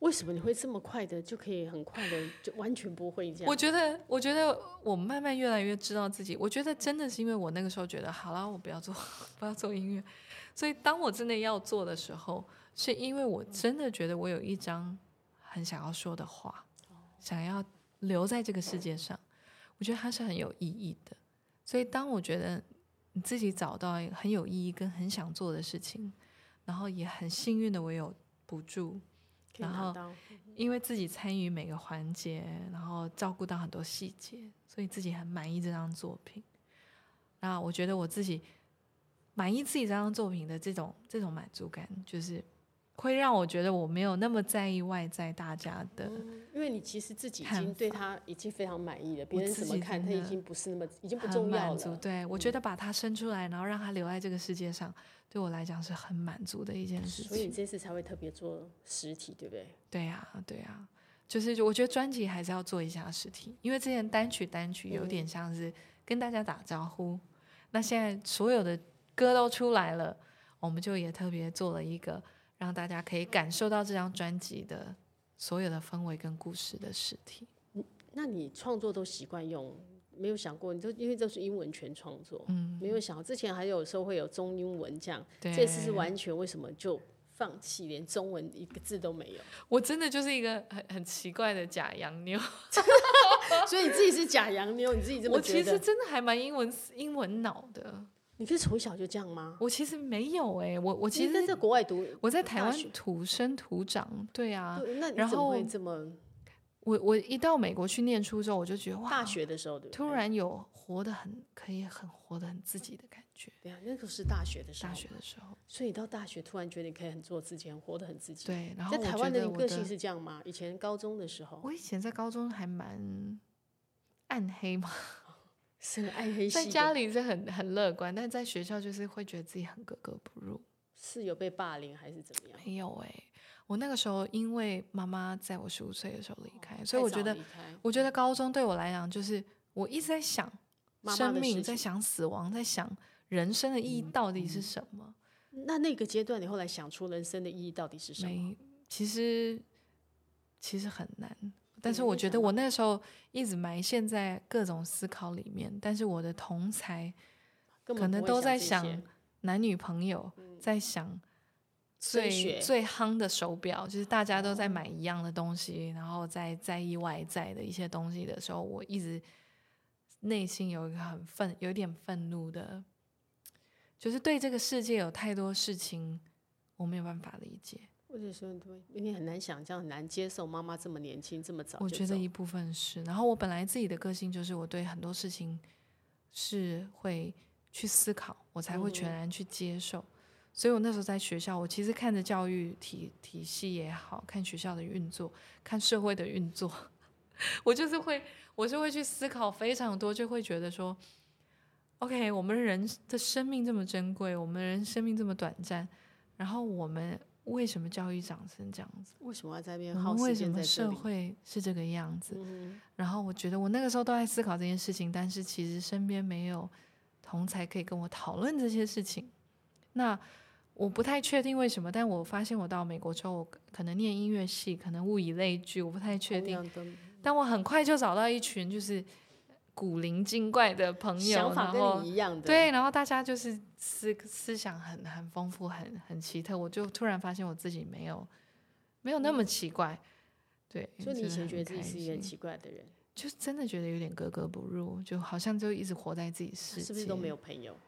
Speaker 2: 为什么你会这么快的就可以很快的就完全不会这样？
Speaker 1: 我觉得，我觉得我慢慢越来越知道自己。我觉得真的是因为我那个时候觉得，好啦，我不要做，不要做音乐。所以当我真的要做的时候，是因为我真的觉得我有一张很想要说的话，想要留在这个世界上，我觉得它是很有意义的。所以当我觉得你自己找到很有意义跟很想做的事情，然后也很幸运的我有补助，
Speaker 2: 可以
Speaker 1: 然后
Speaker 2: 拿到
Speaker 1: 因为自己参与每个环节，然后照顾到很多细节，所以自己很满意这张作品。那我觉得我自己满意自己这张作品的这种这种满足感，就是会让我觉得我没有那么在意外在大家的。
Speaker 2: 因为你其实自己已
Speaker 1: 看
Speaker 2: 经对他已经非常满意了，别人
Speaker 1: 自
Speaker 2: 怎么
Speaker 1: 己
Speaker 2: 看
Speaker 1: 真
Speaker 2: 他已
Speaker 1: 的
Speaker 2: 经不是那么已经不
Speaker 1: 很
Speaker 2: 重要
Speaker 1: 满足
Speaker 2: 了。嗯
Speaker 1: 对我觉得把它生出来，然后让它留在这个世界上，对我来讲是很满足的一件事
Speaker 2: 所以
Speaker 1: 情
Speaker 2: 你。这次才会特别做实体，对不对？
Speaker 1: 对呀、对呀、就是我觉得专辑还是要做一下实体，因为之前单曲单曲有
Speaker 2: 嗯
Speaker 1: 点像是跟大家打招呼，那现在所有的歌都出来了，我们就也特别做了一个让大家可以感受到这张专辑的所有的氛围跟故事的实体。
Speaker 2: 那你创作都习惯用，没有想过，你都因为这是英文全创作，
Speaker 1: 嗯，
Speaker 2: 没有想之前还有时候会有中英文这样，
Speaker 1: 对，
Speaker 2: 这次是完全为什么就放弃，连中文一个字 都没有？
Speaker 1: 我真的就是一个很很奇怪的假洋妞，
Speaker 2: 所以你自己是假洋妞，你自己这
Speaker 1: 我
Speaker 2: 么
Speaker 1: 其
Speaker 2: 觉
Speaker 1: 实
Speaker 2: 得？
Speaker 1: 真的还蛮英文英文脑的，
Speaker 2: 你可以从小就这样吗？
Speaker 1: 我其实没有哎、我我其
Speaker 2: 你
Speaker 1: 实
Speaker 2: 在在国外读，
Speaker 1: 我在台
Speaker 2: 大
Speaker 1: 湾
Speaker 2: 学
Speaker 1: 土生土长，对啊，
Speaker 2: 对那你
Speaker 1: 然
Speaker 2: 怎么会
Speaker 1: 后
Speaker 2: 这么
Speaker 1: 我我一到美国去念书之后，我就觉得哇，
Speaker 2: 大学的时候对不对
Speaker 1: 突然有活得很可以很活得很自己的感觉。
Speaker 2: 对啊，那个是大学的时候，
Speaker 1: 大学的时候，
Speaker 2: 所以你到大学突然觉得你可以很做自己，很活得很自己。，
Speaker 1: 对，然后
Speaker 2: 在
Speaker 1: 我
Speaker 2: 台
Speaker 1: 觉
Speaker 2: 湾的
Speaker 1: 得
Speaker 2: 你
Speaker 1: 我
Speaker 2: 个性是这样吗？以前高中的时候
Speaker 1: 我以前在高中还蛮暗黑嘛，
Speaker 2: 是个暗黑
Speaker 1: 在
Speaker 2: 系
Speaker 1: 家
Speaker 2: 的，
Speaker 1: 里是很很乐观，但在学校就是会觉得自己很格格不入。
Speaker 2: 是有被霸凌还是怎么样？
Speaker 1: 没有诶、
Speaker 2: 欸
Speaker 1: 我那个时候因为妈妈在我十五岁的时
Speaker 2: 哦
Speaker 1: 候离开，所以我觉得，我觉得高中对我来讲就是我一直在想
Speaker 2: 妈妈
Speaker 1: 生
Speaker 2: 的
Speaker 1: 命，
Speaker 2: 事
Speaker 1: 在
Speaker 2: 情嗯
Speaker 1: 想死亡，在想人生的意义到底是什么。
Speaker 2: 那那个阶段，你后来想出人生的意义到底是什么？
Speaker 1: 没，其实其实很难。但是
Speaker 2: 没
Speaker 1: 我觉
Speaker 2: 想
Speaker 1: 得我
Speaker 2: 到
Speaker 1: 那时候一直埋陷在各种思考里面，但是我的同才、
Speaker 2: 根
Speaker 1: 可
Speaker 2: 本
Speaker 1: 能
Speaker 2: 不会
Speaker 1: 都在
Speaker 2: 这
Speaker 1: 想
Speaker 2: 些嗯
Speaker 1: 男女朋友在想
Speaker 2: 升
Speaker 1: 最
Speaker 2: 学
Speaker 1: 最夯的手表，就是大家
Speaker 2: 哦
Speaker 1: 都在买一样的东西，然后在在意外在的一些东西的时候，我一直内心有一个很愤，有一点愤怒的，就是对这个世界有太多事情我没有办法理解。
Speaker 2: 或者说对你很难想象，很难接受妈妈这么年轻这么早就
Speaker 1: 我觉得
Speaker 2: 走
Speaker 1: 一部分是，然后我本来自己的个性就是我对很多事情是会去思考，我才会全
Speaker 2: 嗯
Speaker 1: 然去接受。所以我那时候在学校，我其实看着教育体体系也好看学校的运作，看社会的运作， 我就是会，我是会去思考非常多，就会觉得说，OK，我们人的生命这么珍贵，我们人生命这么短暂，然后我们为什么教育长成这样子？
Speaker 2: 为什么要在那边
Speaker 1: 我
Speaker 2: 耗
Speaker 1: 们为
Speaker 2: 时
Speaker 1: 什
Speaker 2: 间
Speaker 1: 么
Speaker 2: 在这
Speaker 1: 社
Speaker 2: 里？
Speaker 1: 会是这个样子？
Speaker 2: 嗯
Speaker 1: 然后我觉得我那个时候都在思考这件事情，但是其实身边没有同才可以跟我讨论这些事情。那我不太确定为什么，但我发现我到美国之后，我可能念音乐系，可能物以类聚，我不太确
Speaker 2: 同
Speaker 1: 定。
Speaker 2: 样的
Speaker 1: 但我很快就找到一群就是古灵精怪的朋友，
Speaker 2: 想法
Speaker 1: 然后
Speaker 2: 跟你一样的，
Speaker 1: 对，然后大家就是思思想很很丰富，很很奇特。我就突然发现我自己没有没有那么奇怪。对，
Speaker 2: 嗯所以
Speaker 1: 真
Speaker 2: 你以
Speaker 1: 的
Speaker 2: 前
Speaker 1: 很
Speaker 2: 觉得自己
Speaker 1: 开
Speaker 2: 是一个很
Speaker 1: 心
Speaker 2: 奇怪的人，
Speaker 1: 就真的觉得有点格格不入，就好像就一直活在自己世界。
Speaker 2: 是不是都没？有朋友？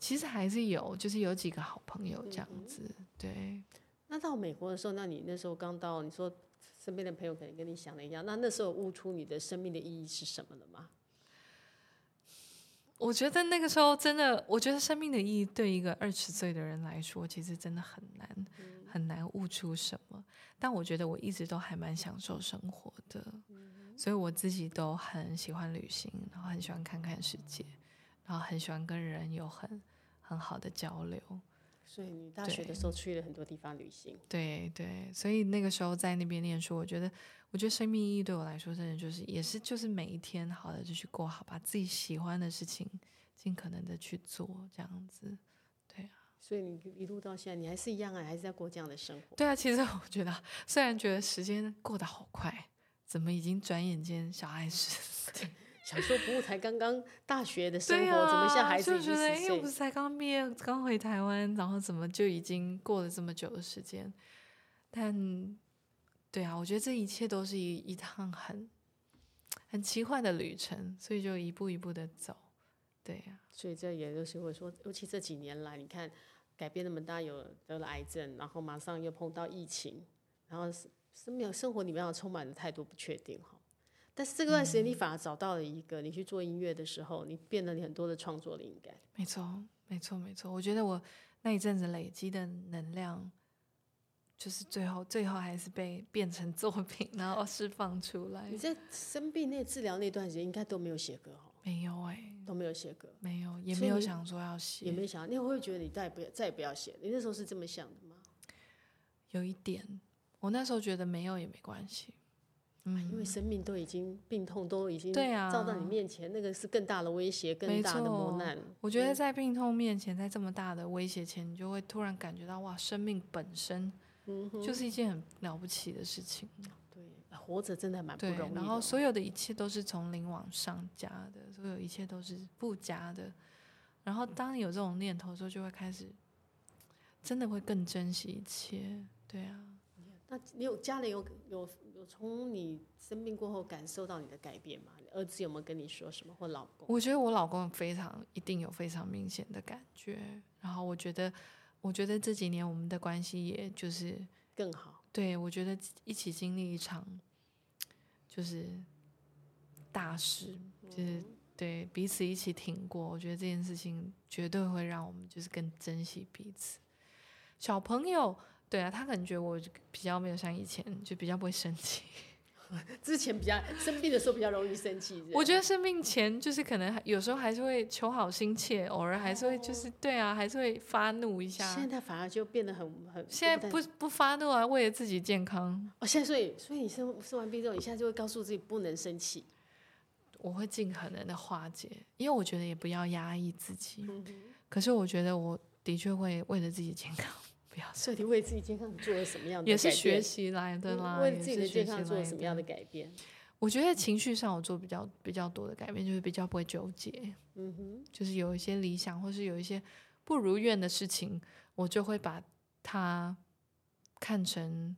Speaker 1: 其实还是有，就是有几个好朋友这样
Speaker 2: 嗯哼
Speaker 1: 子。对，
Speaker 2: 那到美国的时候，那你那时候刚到，你说身边的朋友可能跟你想的一样，那那时候悟出你的生命的意义是什么了吗？
Speaker 1: 我觉得那个时候真的，我觉得生命的意义对一个二十岁的人来说，其实真的很难
Speaker 2: 嗯
Speaker 1: 很难悟出什么。但我觉得我一直都还蛮享受生活的，
Speaker 2: 嗯
Speaker 1: 所以我自己都很喜欢旅行，然后很喜欢看看世界，然后很喜欢跟人有很很好的交流。
Speaker 2: 所以你大学的
Speaker 1: 对
Speaker 2: 时候去了很多地方旅行，
Speaker 1: 对对，所以那个时候在那边念书，我觉得，我觉得生命意义对我来说，真的就是也是就是每一天好的就去过好，把自己喜欢的事情尽可能的去做，这样子。
Speaker 2: 所以你一路到现在，你还是一样啊，还是在过这样的生活。
Speaker 1: 对啊，其实我觉得，虽然觉得时间过得好快，怎么已经转眼间小孩十岁？
Speaker 2: 想说不过才刚刚大学的生
Speaker 1: 对
Speaker 2: 活，
Speaker 1: 啊，
Speaker 2: 怎么像孩子
Speaker 1: 就
Speaker 2: 已
Speaker 1: 觉
Speaker 2: 经
Speaker 1: 得，
Speaker 2: 十
Speaker 1: 哎，我不是
Speaker 2: 岁？
Speaker 1: 才刚毕业，刚回台湾，然后怎么就已经过了这么久的时间？但，对啊，我觉得这一切都是一一趟很很奇幻的旅程，所以就一步一步的走。对啊呀、
Speaker 2: 所以这也就是我说，尤其这几年来，你看改变那么大，有得了癌症，然后马上又碰到疫情，然后是是没有生活里面充满了太多不确定哈。但是这段时间，
Speaker 1: 嗯
Speaker 2: 你反而找到了一个，你去做音乐的时候，你变了你很多的创作灵感。
Speaker 1: 没错，没错，没错。我觉得我那一阵子累积的能量，就是最后最后还是被变成作品，然后释放出来
Speaker 2: 你。在生病那治疗那段时间，应该都没有写歌哈，
Speaker 1: 没有哎、
Speaker 2: 都没有写歌，
Speaker 1: 没有，也
Speaker 2: 所
Speaker 1: 没
Speaker 2: 以
Speaker 1: 有
Speaker 2: 你
Speaker 1: 想说要写，
Speaker 2: 也没想到，你会不会觉得你再也不要再也不要写？你那时候是这么想的吗？
Speaker 1: 有一点，我那时候觉得没有也没关系。
Speaker 2: 啊因为生命都已经病痛都已
Speaker 1: 嗯
Speaker 2: 经
Speaker 1: 对啊
Speaker 2: 照到你面前，那个是更大的威胁，更
Speaker 1: 没
Speaker 2: 大的磨
Speaker 1: 错
Speaker 2: 难。
Speaker 1: 我觉
Speaker 2: 嗯
Speaker 1: 得在病痛面前，在这么大的威胁前，你就会突然感觉到，哇，生命本身
Speaker 2: 嗯
Speaker 1: 就是一件很了不起的事情。
Speaker 2: 对，活着真的蛮不
Speaker 1: 对
Speaker 2: 容易，的
Speaker 1: 然后
Speaker 2: 哦。
Speaker 1: 所有的一切都是从零往上加的，所有一切都是附加的。然后当你有这种念头的时候，就会开始真的会更珍惜一切。对啊，
Speaker 2: 那你有家人有有有从你生病过后感受到你的改变吗？儿子有没有跟你说什么，或老公？
Speaker 1: 我觉得我老公非常一定有非常明显的感觉，然后我觉得，我觉得这几年我们的关系，也就是
Speaker 2: 更好，
Speaker 1: 对我觉得一起经历一场就是大事，
Speaker 2: 嗯
Speaker 1: 就是对彼此一起挺过，我觉得这件事情绝对会让我们就是更珍惜彼此。小朋友，对啊，他可能觉得我比较没有像以前，就比较不会生气。
Speaker 2: 之前比较生病的时候比较容易生气，
Speaker 1: 我
Speaker 2: 得
Speaker 1: 觉得生病前就是可能还有时候还是会求好心切，偶尔还是会就是、对啊，还是会发怒一下。
Speaker 2: 哦现在反而就变得很很
Speaker 1: 现在
Speaker 2: 就
Speaker 1: 不
Speaker 2: 太
Speaker 1: 不发怒啊，为了自己健康，
Speaker 2: 哦，现在所以所以你生生完病之后，你现在就会告诉自己不能生气，
Speaker 1: 我
Speaker 2: 嗯
Speaker 1: 会尽可能的化解，因为我觉得也不要压抑自己。可是我觉得我的确会为了自己健康，不要
Speaker 2: 所以你为自己健康做了什么样的
Speaker 1: 也是
Speaker 2: 改
Speaker 1: 学
Speaker 2: 变嗯
Speaker 1: 习来的啦，
Speaker 2: 为了
Speaker 1: 也
Speaker 2: 自己
Speaker 1: 是
Speaker 2: 的
Speaker 1: 学
Speaker 2: 健
Speaker 1: 习
Speaker 2: 康做了
Speaker 1: 来
Speaker 2: 什么
Speaker 1: 的
Speaker 2: 样的改变？
Speaker 1: 我觉得情绪上我做比较比较多的改变，就是比较不会纠结，
Speaker 2: 嗯哼，
Speaker 1: 就是有一些理想或是有一些不如愿的事情，我就会把它看成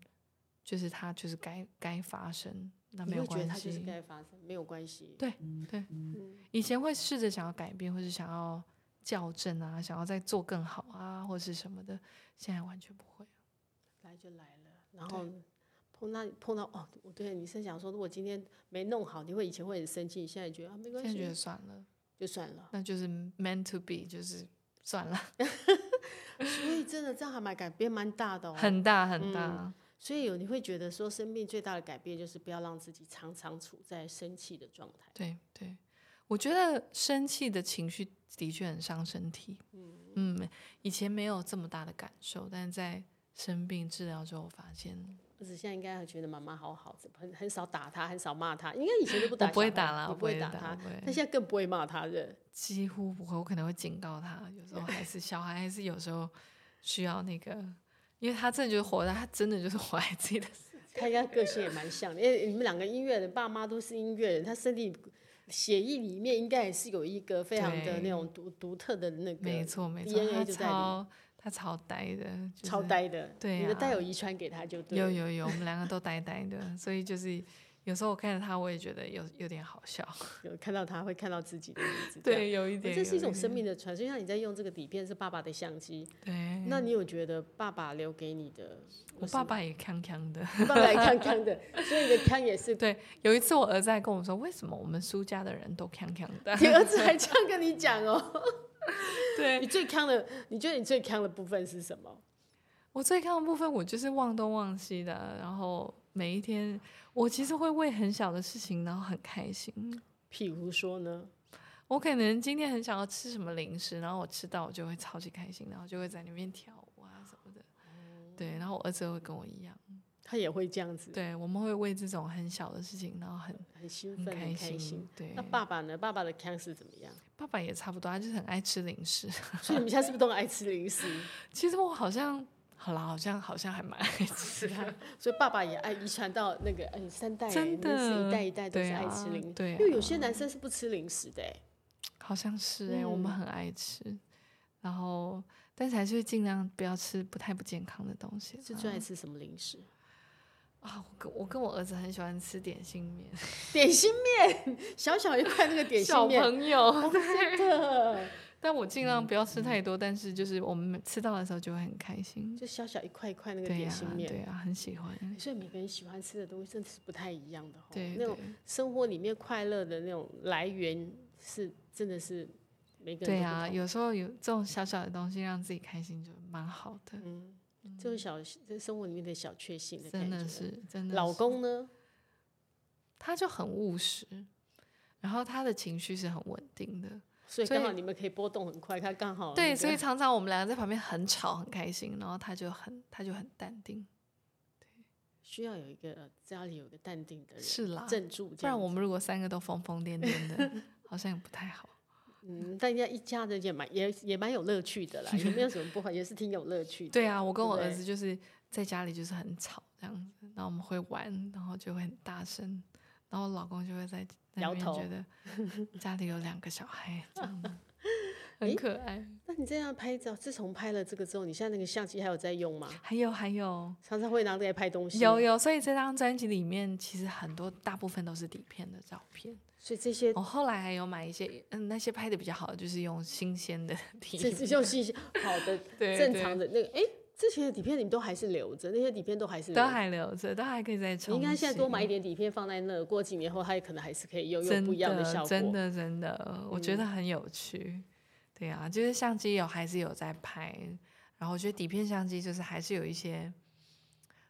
Speaker 1: 就是它就是该该发生，那
Speaker 2: 你
Speaker 1: 没有
Speaker 2: 会觉
Speaker 1: 关
Speaker 2: 得它就是
Speaker 1: 系。
Speaker 2: 该发生，没有关系。
Speaker 1: 对对，
Speaker 2: 嗯，
Speaker 1: 以前会试着想要改变，或是想要校正啊，想要再做更好啊，或是什么的，现在完全不会。
Speaker 2: 来就来了，然后碰到碰到哦，我对你是想说，如果今天没弄好，你会以前会很生气，现在觉得啊没关
Speaker 1: 现在觉得
Speaker 2: 系，
Speaker 1: 算了，
Speaker 2: 就算了。
Speaker 1: 那就是 meant to be，就是算了，
Speaker 2: 所以真的这样还蛮改变蛮大的哦。嗯
Speaker 1: 很大很大。
Speaker 2: 所以有你会觉得说，生命最大的改变就是不要让自己常常处在生气的状态。
Speaker 1: 对对，我觉得生气的情绪的确很伤身体。嗯，以前没有这么大的感受，但是在生病治疗之后，发现
Speaker 2: 儿子现在应该还觉得妈妈好好，很很少打他，很少骂他，应该以前都不打
Speaker 1: 我呃
Speaker 2: 小孩，
Speaker 1: 不会打啦，
Speaker 2: 你
Speaker 1: 我
Speaker 2: 不会
Speaker 1: 会
Speaker 2: 打
Speaker 1: 我
Speaker 2: 他，
Speaker 1: 不会
Speaker 2: 但现在更不会骂他了。
Speaker 1: 几乎不会，我可能会警告他，有时候还是小孩还是有时候需要那个，因为他真的就是活在，他真的就是活在自 己的世界。
Speaker 2: 他应该个性也蛮像的，因为你们两个音乐人，爸妈都是音乐人，他身体血液里面应该也是有一个非常的那种独独特的那个，
Speaker 1: 没错没错，
Speaker 2: DNA
Speaker 1: 他
Speaker 2: 就在里
Speaker 1: 超他超呆的，就是
Speaker 2: 超呆的。
Speaker 1: 对
Speaker 2: 你的
Speaker 1: 啊
Speaker 2: 带有遗传给他就对了。
Speaker 1: 有有有，我们两个都呆呆的，所以就是有时候我看着他，我也觉得有有点好笑。
Speaker 2: 有看到他会看到自己的影子。这样，
Speaker 1: 对，有一
Speaker 2: 我觉
Speaker 1: 点，
Speaker 2: 得这是一
Speaker 1: 有
Speaker 2: 种生命的传承。就像你在用这个底片是爸爸的相机，
Speaker 1: 对。
Speaker 2: 那你有觉得爸爸留给你的？
Speaker 1: 嗯我爸爸也康康的。
Speaker 2: 爸爸也康康的，所以你的康也是。
Speaker 1: 对，有一次我儿子还跟我说，为什么我们苏家的人都康康的？
Speaker 2: 你儿子还这样跟你讲哦，
Speaker 1: 对，
Speaker 2: 你最康的，你觉得你最康的部分是什么？
Speaker 1: 我最看的部分，我就是忘东忘西的，然后每一天，我其实会为很小的事情然后很开心。
Speaker 2: 譬如说呢，
Speaker 1: 我可能今天很想要吃什么零食，然后我吃到我就会超级开心，然后就会在里面跳舞啊什么的。对，然后我儿子会跟我一样，
Speaker 2: 他也会这样子，
Speaker 1: 对，我们会为这种很小的事情，然后很
Speaker 2: 很兴
Speaker 1: 很
Speaker 2: 奋，
Speaker 1: 开
Speaker 2: 很开心。。
Speaker 1: 对
Speaker 2: 那，爸爸呢？爸爸的康是怎么样？
Speaker 1: 爸爸也差不多，他就是很爱吃零食。
Speaker 2: 所以你们现在是不是都很爱吃零食？
Speaker 1: 其实我好像，好啦，好像好像还蛮爱吃 的。
Speaker 2: 所以爸爸也爱遗传到那个，哎，三代哎
Speaker 1: 真
Speaker 2: 你们是
Speaker 1: 的
Speaker 2: 一代一代都
Speaker 1: 对
Speaker 2: 是爱吃
Speaker 1: 啊
Speaker 2: 零食。
Speaker 1: 对
Speaker 2: 因为有
Speaker 1: 啊
Speaker 2: 些男生是不吃零食的，哎
Speaker 1: 好像是哎、我们
Speaker 2: 嗯
Speaker 1: 很爱吃，然后但是还是会尽量不要吃不太不健康的东西啦。
Speaker 2: 是最爱吃什么零食？
Speaker 1: 啊，我跟我跟我儿子很喜欢吃点心面，
Speaker 2: 点心面，小小一块那个点
Speaker 1: 小
Speaker 2: 心面，
Speaker 1: 朋友，
Speaker 2: 真的，
Speaker 1: 但我尽
Speaker 2: 嗯
Speaker 1: 量不要吃太多，但是就是我们吃到的时候就会很开心。
Speaker 2: 就小小一块一块那个
Speaker 1: 对啊
Speaker 2: 点
Speaker 1: 呀、
Speaker 2: 心面。
Speaker 1: 对呀、很喜欢。
Speaker 2: 所以每个人喜欢吃的东西真的是不太一样的哦。
Speaker 1: 对
Speaker 2: 那种
Speaker 1: 对
Speaker 2: 生活里面快乐的那种来源是真的是每个
Speaker 1: 对
Speaker 2: 人都
Speaker 1: 呀、
Speaker 2: 不同。
Speaker 1: 有时候有这种小小的东西让自己开心就蛮好的，
Speaker 2: 嗯，这种小这生活里面的小确幸的感
Speaker 1: 真
Speaker 2: 觉。
Speaker 1: 的是真的。
Speaker 2: 老公呢？
Speaker 1: 他就很务实，然后他的情绪是很稳定的。
Speaker 2: 所以
Speaker 1: 所以
Speaker 2: 刚好你们可以波动很快，他刚好那
Speaker 1: 对，
Speaker 2: 个
Speaker 1: 所以常常我们两个在旁边很吵很开心，然后他就很他就很淡定，
Speaker 2: 需要有一个家里有一个淡定的人
Speaker 1: 是啦。
Speaker 2: 镇住，
Speaker 1: 不然我们如果三个都疯疯癫癫 的，好像也不太好。
Speaker 2: 嗯，但人家一家人也蛮也也蛮有乐趣的啦， 也没有什么不好，也是挺有乐趣的。
Speaker 1: 对啊，我跟我
Speaker 2: 对
Speaker 1: 儿子就是在家里就是很吵这样子，然后我们会玩，然后就会很大声，然后我老公就会在那
Speaker 2: 摇
Speaker 1: 边
Speaker 2: 头
Speaker 1: 觉得 家里有两个小孩这样子，
Speaker 2: 诶
Speaker 1: 很可爱。
Speaker 2: 那你这样拍照，自从拍了这个之后，你现在那个相机还有在用吗？
Speaker 1: 还有还有
Speaker 2: 常常会拿这来拍东西。
Speaker 1: 有有，所以这张专辑里面其实很多大部分都是底片的照片。
Speaker 2: 所以这些
Speaker 1: 我、后来还有买一些，嗯，那些拍的比较好的，就是用新鲜的 底
Speaker 2: 这这就是一些好的
Speaker 1: 对
Speaker 2: 正常的那个，哎，之前的底片你们都还是留着，那些底片都还是
Speaker 1: 都
Speaker 2: 留着。
Speaker 1: 还留着，都还可以再
Speaker 2: 你
Speaker 1: 重。
Speaker 2: 应该现在多买一，点底片放在那，过几年后它也可能还是可以用，用
Speaker 1: 真
Speaker 2: 不一样
Speaker 1: 的
Speaker 2: 效果。嗯
Speaker 1: 真的真的，我觉得很有趣。对啊，就是相机有还是有在拍，然后我觉得底片相机就是还是有一些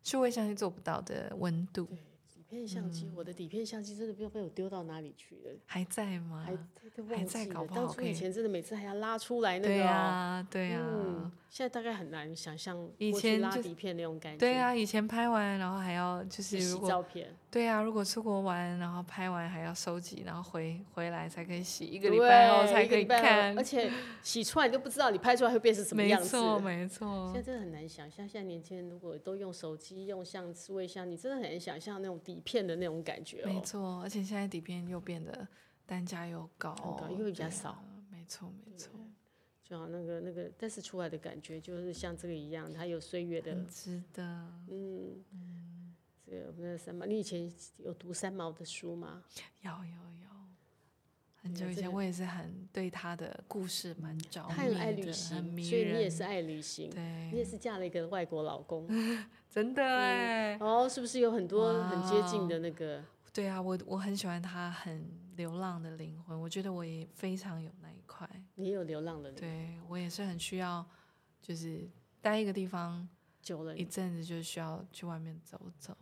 Speaker 1: 数位相机做不到的温度。
Speaker 2: 底片相机，我的底片相机真的不知道被我丢到哪里去了，
Speaker 1: 还在吗？
Speaker 2: 还都
Speaker 1: 还
Speaker 2: 忘
Speaker 1: 在
Speaker 2: 记
Speaker 1: 搞
Speaker 2: 了。
Speaker 1: 不
Speaker 2: 当
Speaker 1: 好
Speaker 2: 初
Speaker 1: 可以
Speaker 2: 以前真的每次还要拉出来那
Speaker 1: 对
Speaker 2: 个
Speaker 1: 呀、
Speaker 2: 哦，
Speaker 1: 对啊呀、
Speaker 2: 嗯，现在大概很难想象
Speaker 1: 以
Speaker 2: 过去
Speaker 1: 前
Speaker 2: 拉
Speaker 1: 就
Speaker 2: 底片那种感觉，
Speaker 1: 对呀、，啊以前拍完然后还要就
Speaker 2: 去
Speaker 1: 是
Speaker 2: 洗
Speaker 1: 如果
Speaker 2: 照片，
Speaker 1: 对呀、如果出国玩然后拍完还要收集，然后回回来才可以洗，一个礼拜后
Speaker 2: 对
Speaker 1: 才
Speaker 2: 一个
Speaker 1: 可以
Speaker 2: 礼拜后
Speaker 1: 看
Speaker 2: 而。且洗出来你都不知道你拍出来会变成什么
Speaker 1: 没
Speaker 2: 样子。
Speaker 1: 错，没
Speaker 2: 现
Speaker 1: 错
Speaker 2: 在，真的很难想象，现在年轻人如果都用手机、用相数位相，你真的很难想象那种底片的那种感觉
Speaker 1: 没
Speaker 2: 哦。
Speaker 1: 错。而且现在底片又变得单价又高，
Speaker 2: 高哦因为比较
Speaker 1: 对啊
Speaker 2: 少。
Speaker 1: 没错，没错，
Speaker 2: 就好像那个那个，但是出来的感觉就是像这个一样，它有岁月的，
Speaker 1: 很值得。
Speaker 2: 嗯，这个我们的三毛，你以前有读三毛的书吗？
Speaker 1: 有有有，很
Speaker 2: 对
Speaker 1: 久以
Speaker 2: 这
Speaker 1: 前
Speaker 2: 个
Speaker 1: 我也是很对他的故事蛮着
Speaker 2: 他很爱
Speaker 1: 迷
Speaker 2: 旅
Speaker 1: 的，很
Speaker 2: 行，
Speaker 1: 迷
Speaker 2: 所以你也
Speaker 1: 人。
Speaker 2: 是爱旅行，你
Speaker 1: 对，
Speaker 2: 也是嫁了一个外国老公，
Speaker 1: 真的哎、
Speaker 2: 哦，是不是有很多很接近
Speaker 1: 哇
Speaker 2: 的那个？
Speaker 1: 对啊，我我很喜欢他很流浪的灵魂，我觉得我也非常有那一块。
Speaker 2: 你也有流浪的人，
Speaker 1: 对我也是很需要，就是待一个地方
Speaker 2: 久了
Speaker 1: 一阵子，就需要去外面走走。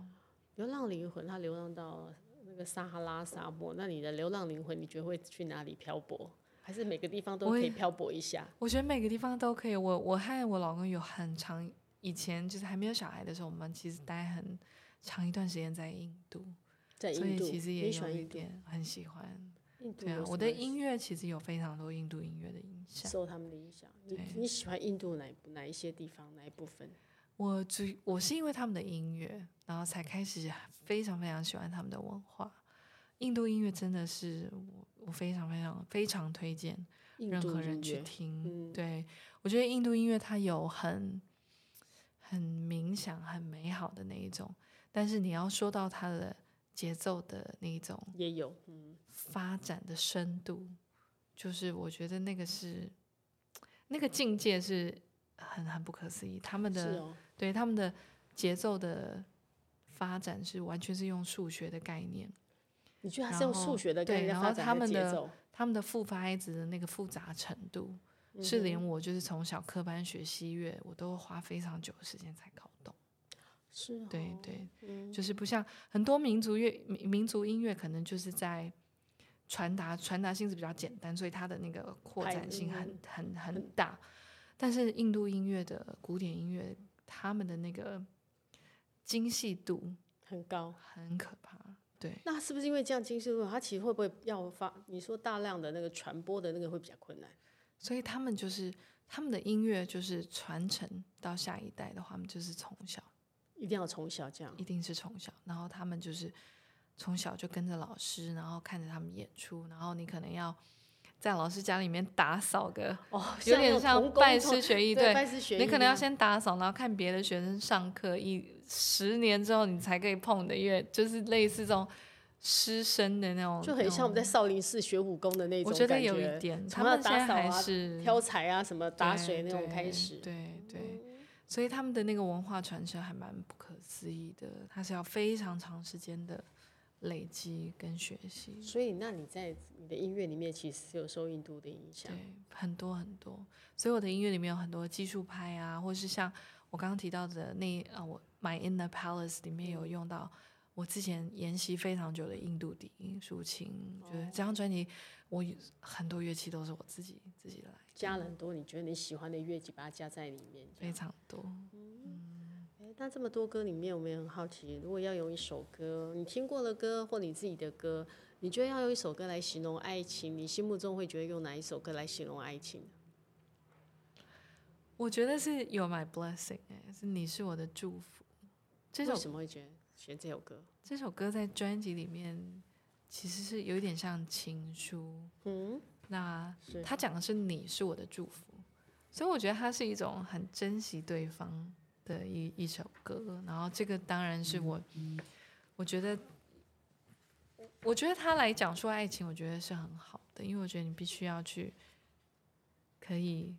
Speaker 2: 流浪灵魂，它流浪到那个撒哈拉沙漠。那你的流浪灵魂，你觉得会去哪里漂泊？还是每个地方都
Speaker 1: 我
Speaker 2: 可
Speaker 1: 也
Speaker 2: 以漂泊一下？
Speaker 1: 我觉得每个地方都可以。我我和我老公有很长，以前就是还没有小孩的时候，我们其实待很长一段时间在印度。
Speaker 2: 在
Speaker 1: 所以
Speaker 2: 印度，
Speaker 1: 其实
Speaker 2: 你
Speaker 1: 也
Speaker 2: 喜
Speaker 1: 有
Speaker 2: 欢
Speaker 1: 一
Speaker 2: 印度？
Speaker 1: 点很喜欢。
Speaker 2: 印度
Speaker 1: 对啊
Speaker 2: 有，什
Speaker 1: 我的
Speaker 2: 么
Speaker 1: 音乐其实有非常多印度音乐的影响。
Speaker 2: 受他们的影响。你
Speaker 1: 对
Speaker 2: 你喜欢印度哪一部哪一些地方哪一部分？
Speaker 1: 我主我是因为他们的音乐，然后才开始非常非常喜欢他们的文化。印度音乐真的是我我非常非常非常推荐
Speaker 2: 印
Speaker 1: 任
Speaker 2: 度
Speaker 1: 何
Speaker 2: 音
Speaker 1: 人去
Speaker 2: 乐
Speaker 1: 听。
Speaker 2: 嗯
Speaker 1: 对我觉得印度音乐它有很很冥想、很美好的那一种，但是你要说到它的节奏的那一种
Speaker 2: 也有，嗯，
Speaker 1: 发展的深度，就是我觉得那个是那个境界是很很不可思议。他们
Speaker 2: 是
Speaker 1: 的、
Speaker 2: 哦，
Speaker 1: 对他们的节奏的发展是完全是用数学的概念，
Speaker 2: 你觉得还
Speaker 1: 然
Speaker 2: 是用
Speaker 1: 后
Speaker 2: 数学的
Speaker 1: 对
Speaker 2: 概念
Speaker 1: 然
Speaker 2: 发
Speaker 1: 后
Speaker 2: 展
Speaker 1: 他
Speaker 2: 的
Speaker 1: 们
Speaker 2: 节
Speaker 1: 的
Speaker 2: 奏？
Speaker 1: 他们的复拍子的那个复杂程度，
Speaker 2: 嗯
Speaker 1: 是连我就是从小科班学西乐，我都花非常久的时间才搞懂。
Speaker 2: 是哦，
Speaker 1: 对对，
Speaker 2: 嗯，
Speaker 1: 就是不像很多民族乐、民民族音乐，可能就是在传达传达性质比较简单，所以它的那个扩
Speaker 2: 拍
Speaker 1: 展性
Speaker 2: 嗯
Speaker 1: 很很很大。但是印度音乐的古典音乐，他们的那个精细度
Speaker 2: 很高。
Speaker 1: 很可怕。对，
Speaker 2: 那是不是因为这样金丝路，它其实会不会要发？你说大量的那个传播的那个会比较困难？
Speaker 1: 所以他们就是他们的音乐就是传承到下一代的话，他们就是从小
Speaker 2: 一定要从小这样。
Speaker 1: 一定是从小，然后他们就是从小就跟着老师，然后看着他们演出，然后你可能要在老师家里面打扫 个，
Speaker 2: 哦，
Speaker 1: 有
Speaker 2: 那
Speaker 1: 点
Speaker 2: 种
Speaker 1: 像
Speaker 2: 童工
Speaker 1: 拜
Speaker 2: 童
Speaker 1: 师学艺，
Speaker 2: 对，
Speaker 1: 对，
Speaker 2: 拜师学艺，
Speaker 1: 你可能要，先打扫，然后看别的学生上课，一十年之后你才可以碰的乐，就是类似这种师生的那种，
Speaker 2: 就很像我们在少林寺学武功的那
Speaker 1: 那种。
Speaker 2: 种
Speaker 1: 我觉得
Speaker 2: 感
Speaker 1: 有一点，他
Speaker 2: 从要
Speaker 1: 们现
Speaker 2: 打
Speaker 1: 在
Speaker 2: 扫
Speaker 1: 还
Speaker 2: 啊、
Speaker 1: 是
Speaker 2: 挑柴啊、什么打
Speaker 1: 对
Speaker 2: 水那种开
Speaker 1: 对
Speaker 2: 始。
Speaker 1: 对对，所以他们的那个文化传承还蛮不可思议的，它是要非常长时间的累积跟学习，
Speaker 2: 所以，那你在你的音乐里面，其实是有受印度的影响
Speaker 1: 对。，很多很多。所以我的音乐里面有很多技术派啊，或是像我刚刚提到的那呃，我《My In the Palace》里面
Speaker 2: 嗯
Speaker 1: 有用到。我之前研习非常久的印度笛、抒情，
Speaker 2: 哦
Speaker 1: 就是这张专辑，我有很多乐器都是我自己自己来，
Speaker 2: 加了很多你觉得你喜欢的乐器，把它加在里面。这
Speaker 1: 非
Speaker 2: 样
Speaker 1: 常多。
Speaker 2: 诶那这么多歌里面，我们也很好奇，如果要用一首歌，你听过的歌或你自己的歌，你觉得要用一首歌来形容爱情，你心目中会觉得用哪一首歌来形容爱情？
Speaker 1: 我觉得是 You're My Blessing，哎，是你是我的祝福。这
Speaker 2: 为
Speaker 1: 首
Speaker 2: 什么会觉得选这首歌？
Speaker 1: 这首歌在专辑里面其实是有一点像情书，
Speaker 2: 嗯，
Speaker 1: 那
Speaker 2: 是
Speaker 1: 它讲的是你是我的祝福，所以我觉得它是一种很珍惜对方的一一首歌。然后这个当然是我，
Speaker 2: 嗯
Speaker 1: 我觉得，我觉得他来讲述爱情，我觉得是很好的，因为我觉得你必须要去可以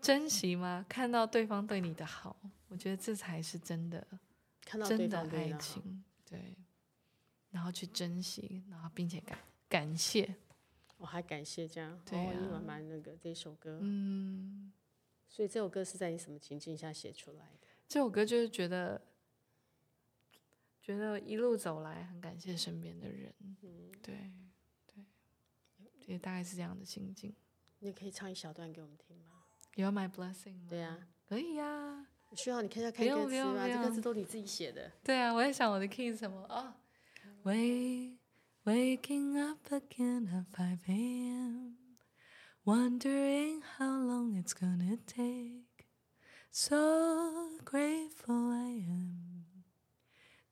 Speaker 1: 珍惜吗？看到对方对你的好，我觉得这才是真的
Speaker 2: 看到对
Speaker 1: 真的
Speaker 2: 方对
Speaker 1: 爱
Speaker 2: 你好
Speaker 1: 情，对，然后去珍惜，然后并且感感谢，
Speaker 2: 我还感谢这样，
Speaker 1: 对
Speaker 2: 哦，你
Speaker 1: 啊
Speaker 2: 蛮蛮那个这首歌，
Speaker 1: 嗯，
Speaker 2: 所以这首歌是在你什么情境下写出来的？
Speaker 1: 这首歌就是觉得觉得一路走来很感谢身边的人，
Speaker 2: 嗯，
Speaker 1: 对对，也大概是这样的心境。
Speaker 2: 你可以唱一小段给我们听吗？
Speaker 1: You are my blessing 吗？
Speaker 2: 对啊，
Speaker 1: 可以呀。
Speaker 2: 需要你看一
Speaker 1: 嗯
Speaker 2: 下
Speaker 1: 不
Speaker 2: 看
Speaker 1: 用
Speaker 2: 歌
Speaker 1: 不
Speaker 2: 词
Speaker 1: 用
Speaker 2: 吗？
Speaker 1: 不
Speaker 2: 这歌词
Speaker 1: 用
Speaker 2: 都你自己写的。
Speaker 1: 对啊，我也想我的 key 是什么啊、Wake, waking up again at 5 a.m. Wondering how long it's gonna take. So grateful I am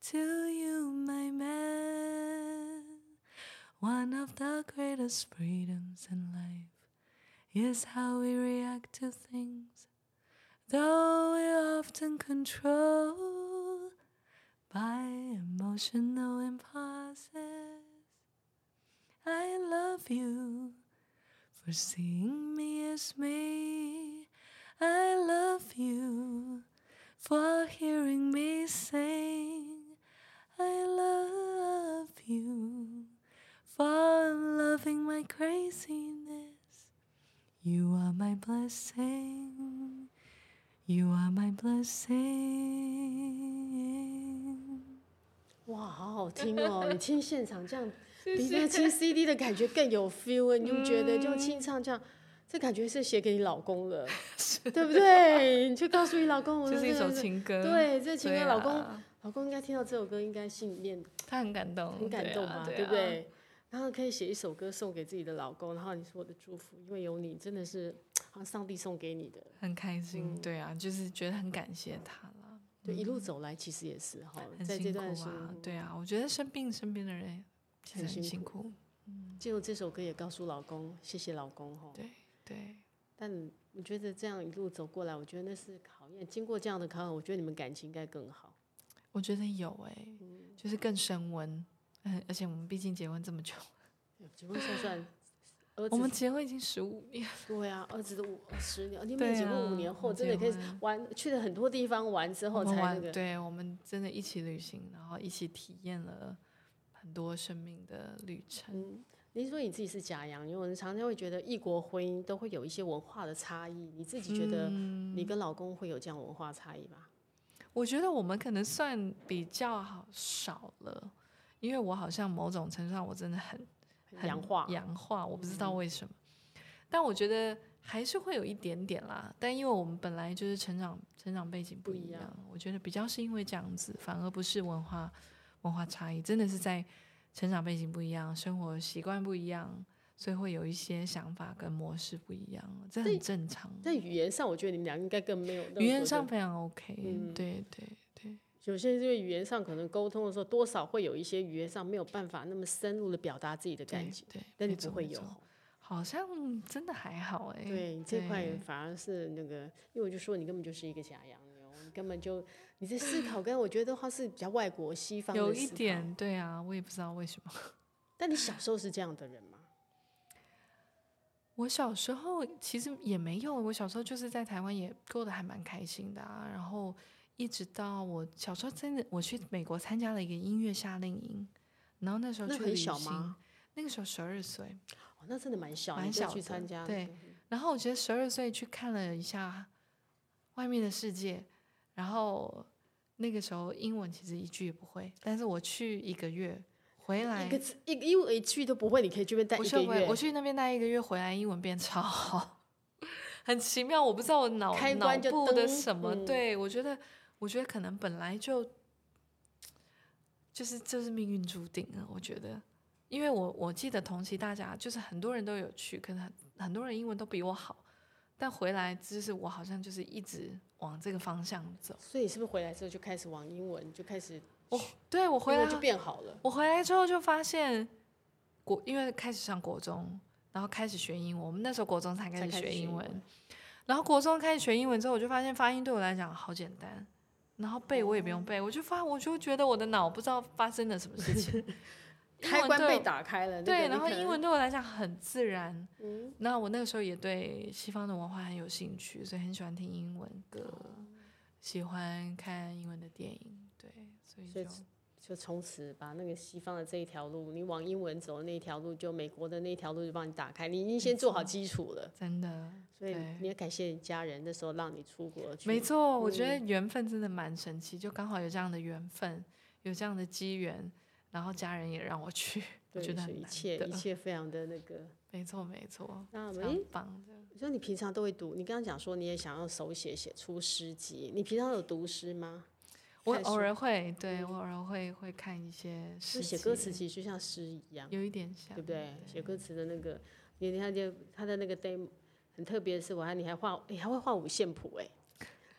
Speaker 1: to you, my man. One of the greatest freedoms in life is how we react to things, though we often control by emotional impulses. I love you for seeing me as me. I love you for hearing me sing. I love you for loving my craziness. You are my blessing. You are my blessing.
Speaker 2: 哇，好好听 哦！你听现场这样，
Speaker 1: 谢嗯
Speaker 2: 比那听 CD 的感觉更有 feel 哎。你不觉得？就清唱这样，这感觉是写给你老 公了，对不对？你就告诉你老公，我
Speaker 1: 就是一
Speaker 2: 这
Speaker 1: 首
Speaker 2: 个是
Speaker 1: 情歌，
Speaker 2: 对，这情
Speaker 1: 对啊
Speaker 2: 歌老公
Speaker 1: 啦，
Speaker 2: 老公应该听到这首歌，应该心里面
Speaker 1: 他很感动，
Speaker 2: 很感动吧，
Speaker 1: 啊
Speaker 2: 对
Speaker 1: 啊
Speaker 2: 不对？然后可以写一首歌送给自己的老公，然后你是我的祝福，因为有你，真的是好像上帝送给你的。
Speaker 1: 很开心，对啊，就是觉得很感谢他啦，嗯
Speaker 2: 就嗯一路走来，其实也是哈，
Speaker 1: 很
Speaker 2: 在这
Speaker 1: 辛
Speaker 2: 段
Speaker 1: 苦
Speaker 2: 时嗯
Speaker 1: 啊，对啊，我觉得生病身边的人其实
Speaker 2: 很
Speaker 1: 很
Speaker 2: 辛嗯
Speaker 1: 辛苦，
Speaker 2: 借由这首歌也告诉老公，谢谢老公哈。
Speaker 1: 对对，
Speaker 2: 但我觉得这样一路走过来，我觉得那是考验。经过这样的考验，我觉得你们感情应该更好。
Speaker 1: 我觉得有哎、
Speaker 2: 嗯
Speaker 1: 就是更升温，嗯，而且我们毕竟结婚这么久，
Speaker 2: 结婚算算，儿
Speaker 1: 我
Speaker 2: 子
Speaker 1: 们结婚已经十五年，
Speaker 2: 对呀、儿子的五十年，你
Speaker 1: 对
Speaker 2: 们结婚
Speaker 1: 啊
Speaker 2: 五年后，
Speaker 1: 我
Speaker 2: 真
Speaker 1: 结
Speaker 2: 的可以
Speaker 1: 婚
Speaker 2: 玩去了很多地方玩之后
Speaker 1: 我
Speaker 2: 才
Speaker 1: 们
Speaker 2: 那
Speaker 1: 玩，
Speaker 2: 个。
Speaker 1: 对我们真的一起旅行，然后一起体验了很多生命的旅程，
Speaker 2: 嗯，您说你自己是假洋，因为我们常常会觉得异国婚姻都会有一些文化的差异，你自己觉得
Speaker 1: 嗯
Speaker 2: 你跟老公会有这样文化差异吧？
Speaker 1: 我觉得我们可能算比较好少了，因为我好像某种程度上我真的很
Speaker 2: 很洋化，嗯
Speaker 1: 洋化，我不知道为什么，但我觉得还是会有一点点啦。但因为我们本来就是成长成长背景不
Speaker 2: 不一
Speaker 1: 一样，
Speaker 2: 样
Speaker 1: 我觉得比较是因为这样子，反而不是文化文化差异，真的是在成长背景不一样，生活习惯不一样，所以会有一些想法跟模式不一样，这很正常。
Speaker 2: 在语言上，我觉得你们俩应该更没有那么多
Speaker 1: 语言
Speaker 2: 的
Speaker 1: 上非常 OK，、
Speaker 2: 嗯
Speaker 1: 对对对，
Speaker 2: 有些人因为语言上可能沟通的时候，多少会有一些语言上没有办法那么深入的表达自己的感情，
Speaker 1: 对，
Speaker 2: 但
Speaker 1: 没
Speaker 2: 你不
Speaker 1: 错
Speaker 2: 会
Speaker 1: 没
Speaker 2: 有
Speaker 1: 错。好像真的还好哎、
Speaker 2: 对你这块反而是那个，因为我就说你根本就是一个假洋流，你根本就你在思考跟我觉得话是比较外国西方的
Speaker 1: 有一
Speaker 2: 思考。
Speaker 1: 点对啊，我也不知道为什么。
Speaker 2: 但你小时候是这样的人吗？
Speaker 1: 我小时候其实也没有，我小时候就是在台湾也过得还蛮开心的啊。然后一直到我小时候真的，我去美国参加了一个音乐夏令营，然后那时候
Speaker 2: 那
Speaker 1: 去
Speaker 2: 很
Speaker 1: 旅
Speaker 2: 小
Speaker 1: 行
Speaker 2: 吗，
Speaker 1: 那个时候十二岁，
Speaker 2: 哦，那真的蛮小，
Speaker 1: 蛮
Speaker 2: 你就
Speaker 1: 小
Speaker 2: 去
Speaker 1: 的
Speaker 2: 参加那
Speaker 1: 对
Speaker 2: 个
Speaker 1: 然后我觉得十二岁去看了一下外面的世界，然后那个时候英文其实一句也不会，但是我去一个月回来
Speaker 2: 一，个字一个因为一句都不会，你可以去那边待
Speaker 1: 哎我
Speaker 2: 一
Speaker 1: 去
Speaker 2: 个
Speaker 1: 回
Speaker 2: 月
Speaker 1: 我，去那边待一个月，回来英文变超好， 很奇妙。我不知道我脑
Speaker 2: 开
Speaker 1: 脑
Speaker 2: 关就
Speaker 1: 部的
Speaker 2: 噔
Speaker 1: 什么，
Speaker 2: 嗯
Speaker 1: 对我觉得，我觉得可能本来就就是就是命运注定了。我觉得，因为我我记得同期大家就是很多人都有去，可能很很多人英文都比我好，但回来就是我好像就是一直往这个方向走。
Speaker 2: 所以是不是回来之后就开始往英文就开始，
Speaker 1: 我对我回
Speaker 2: 英
Speaker 1: 来
Speaker 2: 文就变好了，
Speaker 1: 我回来之后就发现国，因为开始上国中，然后开始学英文。我们那时候国中才开
Speaker 2: 才
Speaker 1: 始
Speaker 2: 开始
Speaker 1: 学
Speaker 2: 学
Speaker 1: 英
Speaker 2: 英
Speaker 1: 文，
Speaker 2: 文，
Speaker 1: 然后国中开始学英文之后，我就发现发音对我来讲好简单，然后背我也不用背，我就发我就觉得我的脑不知道发生了什么事情
Speaker 2: 开
Speaker 1: 英
Speaker 2: 关
Speaker 1: 文对
Speaker 2: 被
Speaker 1: 我
Speaker 2: 打开了。那个
Speaker 1: 对，
Speaker 2: 你
Speaker 1: 然后
Speaker 2: 可能
Speaker 1: 英文对我来讲很自然。
Speaker 2: 嗯，
Speaker 1: 那我那个时候也对西方的文化很有兴趣，所以很喜欢听英文歌，
Speaker 2: 哦
Speaker 1: 喜欢看英文的电影，对，所以
Speaker 2: 所以
Speaker 1: 就。
Speaker 2: 就从此把那个西方的这一条路，你往英文走的那一条路，就美国的那一条路就帮你打开，你已经先做好基础了。
Speaker 1: 真的，
Speaker 2: 所
Speaker 1: 嗯
Speaker 2: 以
Speaker 1: 对
Speaker 2: 你也感谢你家人那时候让你出国去。
Speaker 1: 没错，我觉得缘分真的蛮神奇，就刚好有这样的缘分，有这样的机缘，然后家人也让我去，我
Speaker 2: 对，
Speaker 1: 觉得
Speaker 2: 所
Speaker 1: 很
Speaker 2: 以一
Speaker 1: 难
Speaker 2: 切一
Speaker 1: 得。
Speaker 2: 切非常的那 个。
Speaker 1: 没错，没错，
Speaker 2: 那
Speaker 1: 超
Speaker 2: 我们
Speaker 1: 棒的。
Speaker 2: 就你平常都会读，你刚刚讲说你也想要手写写出诗集，你平常有读诗吗？
Speaker 1: 我
Speaker 2: 看
Speaker 1: 偶
Speaker 2: 书
Speaker 1: 尔会，对我偶尔会会看一些
Speaker 2: 就
Speaker 1: 诗
Speaker 2: 嗯写歌词
Speaker 1: 集，
Speaker 2: 其实就像诗一样，
Speaker 1: 有一点像，
Speaker 2: 对不对？写歌词的那个，你你看就他的那个 demo 很特别的是，我还你还画，你还会画五线谱哎、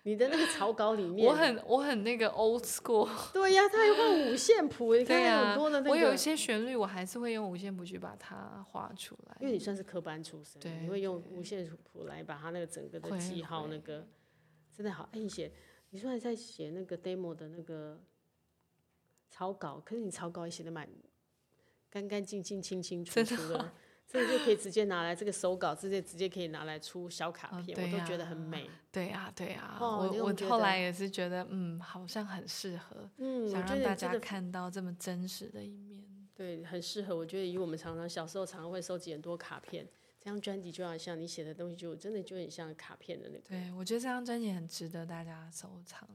Speaker 2: 你的那个草稿里面，
Speaker 1: 我很我很那个 old school，
Speaker 2: 对呀、他还画五线谱，你看
Speaker 1: 对
Speaker 2: 他
Speaker 1: 呀、
Speaker 2: 很多的那个，
Speaker 1: 我有一些旋律，我还是会用五线谱去把它画出来。
Speaker 2: 因为你算是科班出身，
Speaker 1: 对
Speaker 2: 你会用无线谱来把它那个整个的
Speaker 1: 会
Speaker 2: 记号
Speaker 1: 会
Speaker 2: 那个，真的好。哎，你写，你虽然在写那个 demo 的那个草稿，可是你草稿也写的蛮干干净净、清清楚楚的，这个就可以直接拿来这个手稿，直接直接可以拿来出小卡
Speaker 1: 啊
Speaker 2: 片，
Speaker 1: 对
Speaker 2: 我都觉得
Speaker 1: 呀
Speaker 2: 很美。
Speaker 1: 对呀、对呀、
Speaker 2: 哦你有
Speaker 1: 我
Speaker 2: 觉
Speaker 1: 我后
Speaker 2: 得
Speaker 1: 来也是觉得，嗯，好像很适合，
Speaker 2: 嗯，我
Speaker 1: 想
Speaker 2: 觉
Speaker 1: 让
Speaker 2: 得
Speaker 1: 大
Speaker 2: 你真
Speaker 1: 家
Speaker 2: 的
Speaker 1: 看到这么真实的一面。
Speaker 2: 对，很适合。我觉得以我们常常小时候常常会收集很多卡片，这张专辑就要像你写的东西就真的就很像卡片的那个。
Speaker 1: 对，我觉得这张专辑很值得大家收藏，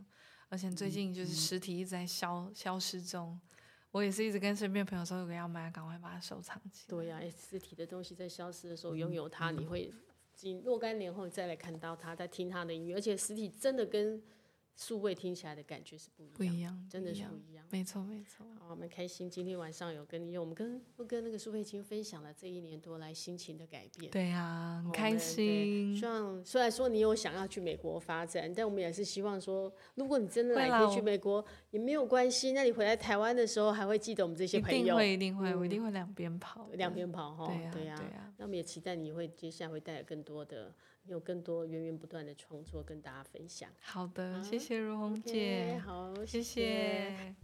Speaker 1: 而且
Speaker 2: 嗯
Speaker 1: 最近就是实体一直在消、消失中，我也是一直跟身边朋友说，如果要买，赶快把它收藏起来。嗯
Speaker 2: 对呀、诶实体的东西在消失的时候，拥有它，你会几若干年后再来看到它，再听它的音乐，而且实体真的跟数位听起来的感觉是不
Speaker 1: 不
Speaker 2: 一
Speaker 1: 一
Speaker 2: 样，
Speaker 1: 样，
Speaker 2: 啊真
Speaker 1: 不
Speaker 2: 的
Speaker 1: 一
Speaker 2: 是不
Speaker 1: 样，
Speaker 2: 一样。
Speaker 1: 没错没错。
Speaker 2: 好，我们开心今天晚上有跟你，我们跟又跟那个苏慧清分享了这一年多来心情的改变。
Speaker 1: 对呀、啊很
Speaker 2: 我
Speaker 1: 开
Speaker 2: 们对
Speaker 1: 心。
Speaker 2: 希望虽然说你有想要去美国发展，但我们也是希望说，如果你真的
Speaker 1: 会
Speaker 2: 来
Speaker 1: 啦
Speaker 2: 可以去
Speaker 1: 我
Speaker 2: 美国也没有关系。那你回来台湾的时候，还会记得我们这些
Speaker 1: 一
Speaker 2: 朋
Speaker 1: 定
Speaker 2: 友，嗯
Speaker 1: 会，一定会，我一定会两边跑的。
Speaker 2: 两边跑哈
Speaker 1: 对呀、，啊
Speaker 2: 对啊
Speaker 1: 呀、
Speaker 2: 呀。那我们也期待你会接下来会带来更多的，你有更多源源不断的创作跟大家分享。
Speaker 1: 好的，谢谢如红
Speaker 2: OK，
Speaker 1: 姐，
Speaker 2: 好，
Speaker 1: 谢
Speaker 2: 谢
Speaker 1: 谢